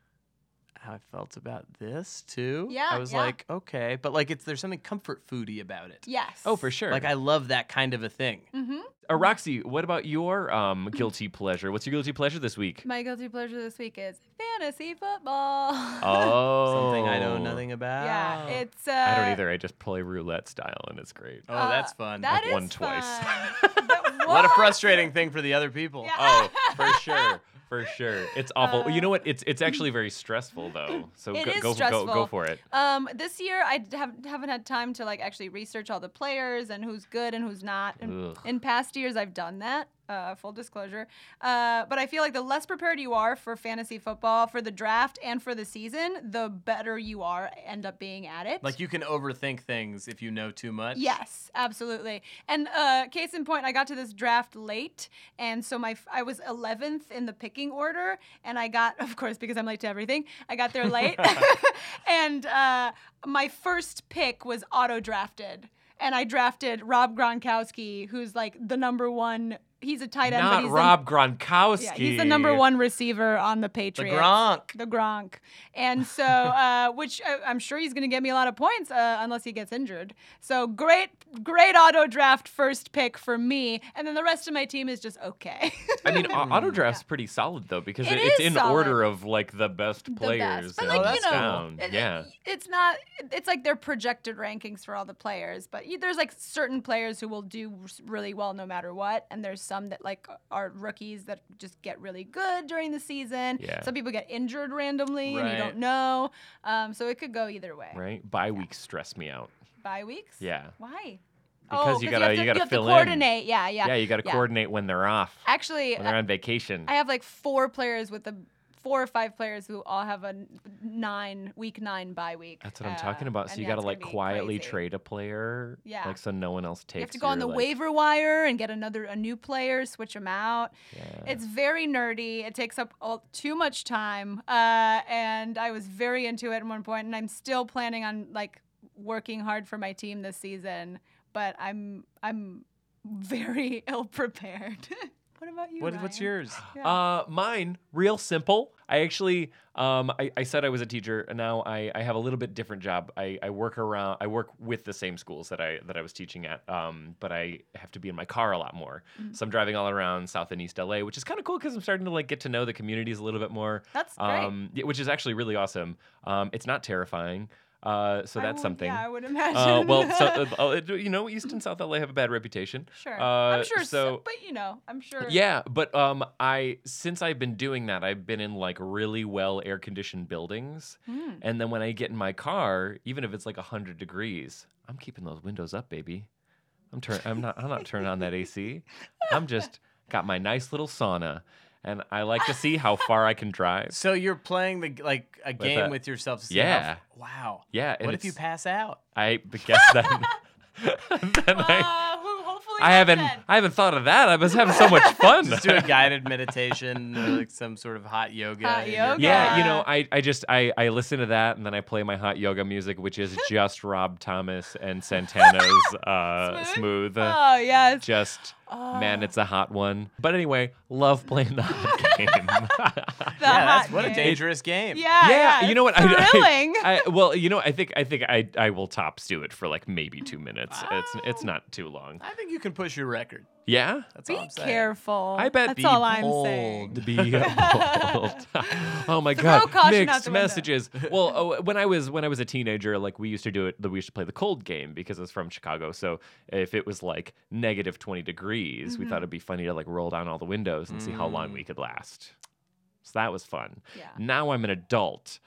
Speaker 3: how I felt about this too.
Speaker 2: Yeah,
Speaker 3: I was
Speaker 2: yeah.
Speaker 3: like, okay, but like, it's there's something comfort foody about it.
Speaker 2: Yes.
Speaker 1: Oh, for sure.
Speaker 3: Like I love that kind of a thing.
Speaker 2: Mm-hmm.
Speaker 1: Uh, Roxy, what about your um, guilty pleasure? What's your guilty pleasure this week?
Speaker 2: My guilty pleasure this week is fantasy football.
Speaker 1: oh,
Speaker 3: Something I know nothing about.
Speaker 2: yeah, it's. Uh,
Speaker 1: I don't either. I just play roulette style, and it's great.
Speaker 3: Oh,
Speaker 2: uh,
Speaker 3: that's fun.
Speaker 2: that
Speaker 1: Like, won
Speaker 2: is
Speaker 1: twice.
Speaker 2: fun. But
Speaker 3: what a
Speaker 2: whoa.
Speaker 3: frustrating thing for the other people.
Speaker 2: Yeah.
Speaker 1: Oh, for sure, for sure. It's awful. you know what? It's it's actually very stressful though. So
Speaker 2: It
Speaker 1: Uh. go,
Speaker 2: is
Speaker 1: go, go go
Speaker 2: stressful.
Speaker 1: for it.
Speaker 2: Um, this year I d- have, haven't had time to like actually research all the players and who's good and who's not. In,
Speaker 1: Ugh.
Speaker 2: in past years, I've done that. Uh, full disclosure. Uh, but I feel like the less prepared you are for fantasy football, for the draft, and for the season, the better you are end up being at it.
Speaker 3: Like you can overthink things if you know too much.
Speaker 2: Yes, absolutely. And uh, case in point, I got to this draft late, and so my I was 11th in the picking order, and I got, of course, because I'm late to everything, I got there late, and uh, my first pick was auto drafted, and I drafted Rob Gronkowski, who's like the number one. He's a tight end, but
Speaker 1: Not
Speaker 2: he's
Speaker 1: Rob
Speaker 2: The,
Speaker 1: Gronkowski.
Speaker 2: yeah, he's the number one receiver on the
Speaker 3: The
Speaker 2: Patriots
Speaker 3: Gronk.
Speaker 2: the Gronk. And so, uh, which I, I'm sure he's going to get me a lot of points uh, unless he gets injured. So great, great auto draft first pick for me. And then the rest of my team is just okay.
Speaker 1: I mean, au- auto draft's pretty solid though because
Speaker 2: It
Speaker 1: it- it's
Speaker 2: is
Speaker 1: in
Speaker 2: solid.
Speaker 1: order of like the best
Speaker 2: The best.
Speaker 1: players.
Speaker 2: But,
Speaker 1: and
Speaker 2: like,
Speaker 3: you
Speaker 1: it's
Speaker 3: know,
Speaker 1: down.
Speaker 2: it-
Speaker 1: yeah.
Speaker 2: it's not, it's like their projected rankings for all the players, but you- there's like certain players who will do s- really well no matter what. And there's some that like are rookies that just get really good during the season.
Speaker 1: Yeah.
Speaker 2: Some people get injured randomly and you
Speaker 3: Right.
Speaker 2: don't know. Um, so it could go either way.
Speaker 1: Right. Bye weeks stress me out.
Speaker 2: Bye weeks?
Speaker 1: Yeah.
Speaker 2: Why? Oh,
Speaker 1: Because you gotta-
Speaker 2: have to,
Speaker 1: you gotta
Speaker 2: have
Speaker 1: fill in.
Speaker 2: to coordinate. Yeah, yeah.
Speaker 1: Yeah, you got to coordinate when they're off.
Speaker 2: Actually,
Speaker 1: when they're
Speaker 2: I,
Speaker 1: on vacation.
Speaker 2: I have like four players with the four or five players who all have a n- nine week nine bye week.
Speaker 1: That's what I'm
Speaker 2: uh,
Speaker 1: talking about. So
Speaker 2: and
Speaker 1: you
Speaker 2: yeah,
Speaker 1: got to
Speaker 2: it's gonna
Speaker 1: like
Speaker 2: be
Speaker 1: quietly
Speaker 2: crazy.
Speaker 1: trade a player.
Speaker 2: Yeah.
Speaker 1: Like so no one else takes.
Speaker 2: You have to go on the
Speaker 1: your, like-
Speaker 2: waiver wire and get another a new player, switch them out.
Speaker 1: Yeah.
Speaker 2: It's very nerdy. It takes up all, too much time, uh, and I was very into it at one point, and I'm still planning on like working hard for my team this season. But I'm I'm very ill prepared. What about you?
Speaker 3: What, what's
Speaker 2: Ryan?
Speaker 3: yours?
Speaker 2: Yeah.
Speaker 1: Uh, mine, real simple. I actually, um, I, I said I was a teacher, and now I, I have a little bit different job. I, I work around, I work with the same schools that I that I was teaching at, um, but I have to be in my car a lot more.
Speaker 2: Mm-hmm.
Speaker 1: So I'm driving all around South and East LA, which is kind of cool because I'm starting to like get to know the communities a little bit more.
Speaker 2: That's great.
Speaker 1: um, yeah, which is actually really awesome. Um, it's not terrifying, uh, so
Speaker 2: I
Speaker 1: that's
Speaker 2: would-
Speaker 1: something.
Speaker 2: Yeah, I would imagine.
Speaker 1: Uh, well, so, uh, uh, you know, East and South LA have a bad reputation.
Speaker 2: sure.
Speaker 1: Uh,
Speaker 2: I'm
Speaker 1: So
Speaker 2: sure. So, but you know, I'm sure.
Speaker 1: yeah, but um, I since I've been doing that, I've been in like really well air conditioned buildings,
Speaker 3: Hmm.
Speaker 2: Mm.
Speaker 1: and then when I get in my car, even if it's like hundred degrees, I'm keeping those windows up, baby. I'm turn. I'm not. I'm not turning on that AC. I'm just got my nice little sauna, and I like to see how far I can drive.
Speaker 3: So you're playing the g- like a game
Speaker 1: that-
Speaker 3: with yourself. to see how
Speaker 1: Yeah.
Speaker 3: f- Wow.
Speaker 1: Yeah. and
Speaker 3: What if you
Speaker 1: it's-
Speaker 3: pass out?
Speaker 1: I guess then. then I,
Speaker 2: Uh, who hopefully
Speaker 1: I
Speaker 2: not
Speaker 1: haven't.
Speaker 2: then.
Speaker 1: I haven't thought of that. I was having so much fun.
Speaker 3: Just do a guided meditation, or like some sort of hot yoga.
Speaker 2: Hot
Speaker 3: in your
Speaker 2: yoga.
Speaker 1: Yeah, you know,
Speaker 2: Yeah.
Speaker 1: I, I just I, I listen to that and then I play my hot yoga music, which is just Rob Thomas and Santana's uh, smooth.
Speaker 2: Oh yes.
Speaker 1: Just
Speaker 2: Oh.
Speaker 1: man, it's a hot one. But anyway, love playing the hot game.
Speaker 2: The
Speaker 3: yeah, that's
Speaker 2: hot
Speaker 3: what a
Speaker 2: game.
Speaker 3: dangerous game.
Speaker 2: Yeah,
Speaker 1: yeah,
Speaker 2: yeah,
Speaker 1: you know what?
Speaker 2: it's Thrilling.
Speaker 1: I, I, well, you know, I think I think I I will top Stu it for like maybe two minutes. It's it's not too long.
Speaker 3: I think you can push your record.
Speaker 1: Yeah.
Speaker 3: That's all
Speaker 2: Be
Speaker 3: I'm saying.
Speaker 2: careful.
Speaker 1: I bet
Speaker 2: that's
Speaker 1: be
Speaker 2: all I'm
Speaker 3: bold.
Speaker 1: to
Speaker 2: saying.
Speaker 1: be bold. oh my
Speaker 2: Throw
Speaker 1: god,
Speaker 2: caution out
Speaker 1: mixed
Speaker 2: the window.
Speaker 1: messages. Well, oh, when I was when I was a teenager, like we used to do it. We used to play the cold game because it's from Chicago. So if it was like negative twenty degrees, we thought it'd be funny to like roll down all the windows and see how long we could last. So that was fun.
Speaker 2: Yeah.
Speaker 1: Now I'm an adult.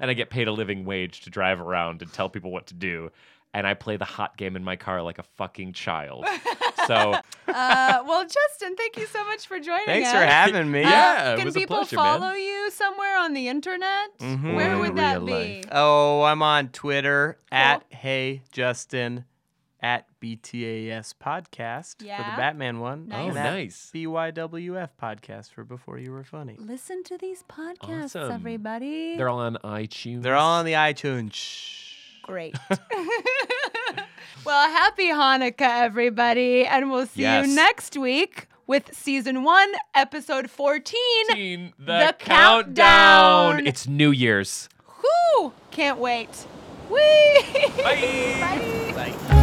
Speaker 1: and I get paid a living wage to drive around and tell people what to do. And I play the hot game in my car like a fucking child. So
Speaker 2: uh, well, Justin, thank you so much for joining
Speaker 3: Thanks
Speaker 2: us.
Speaker 3: for having me.
Speaker 2: Uh,
Speaker 1: Yeah, it
Speaker 2: can
Speaker 1: was a
Speaker 2: people
Speaker 1: pleasure, man.
Speaker 2: follow you somewhere on the internet?
Speaker 3: Mhm.
Speaker 2: Where
Speaker 1: Or
Speaker 2: would
Speaker 1: in
Speaker 2: that
Speaker 1: real
Speaker 2: be?
Speaker 1: life.
Speaker 3: Oh, I'm on Twitter at Hey Justin, at BTAS Podcast for the
Speaker 2: Yeah.
Speaker 3: Batman one.
Speaker 2: Nice.
Speaker 1: Oh,
Speaker 3: and at
Speaker 1: nice.
Speaker 3: BYWF Podcast for Before You Were Funny.
Speaker 2: Listen to these podcasts,
Speaker 1: Awesome.
Speaker 2: everybody.
Speaker 1: they're all on iTunes.
Speaker 3: They're all on the iTunes.
Speaker 2: great. well, happy Hanukkah, everybody, and we'll see
Speaker 1: Yes.
Speaker 2: you next week with season one, episode 14.
Speaker 1: the,
Speaker 2: The
Speaker 1: countdown.
Speaker 2: countdown.
Speaker 1: It's New Year's.
Speaker 2: Whoo! Can't wait. Whee!
Speaker 1: Bye.
Speaker 2: Bye.
Speaker 3: Bye.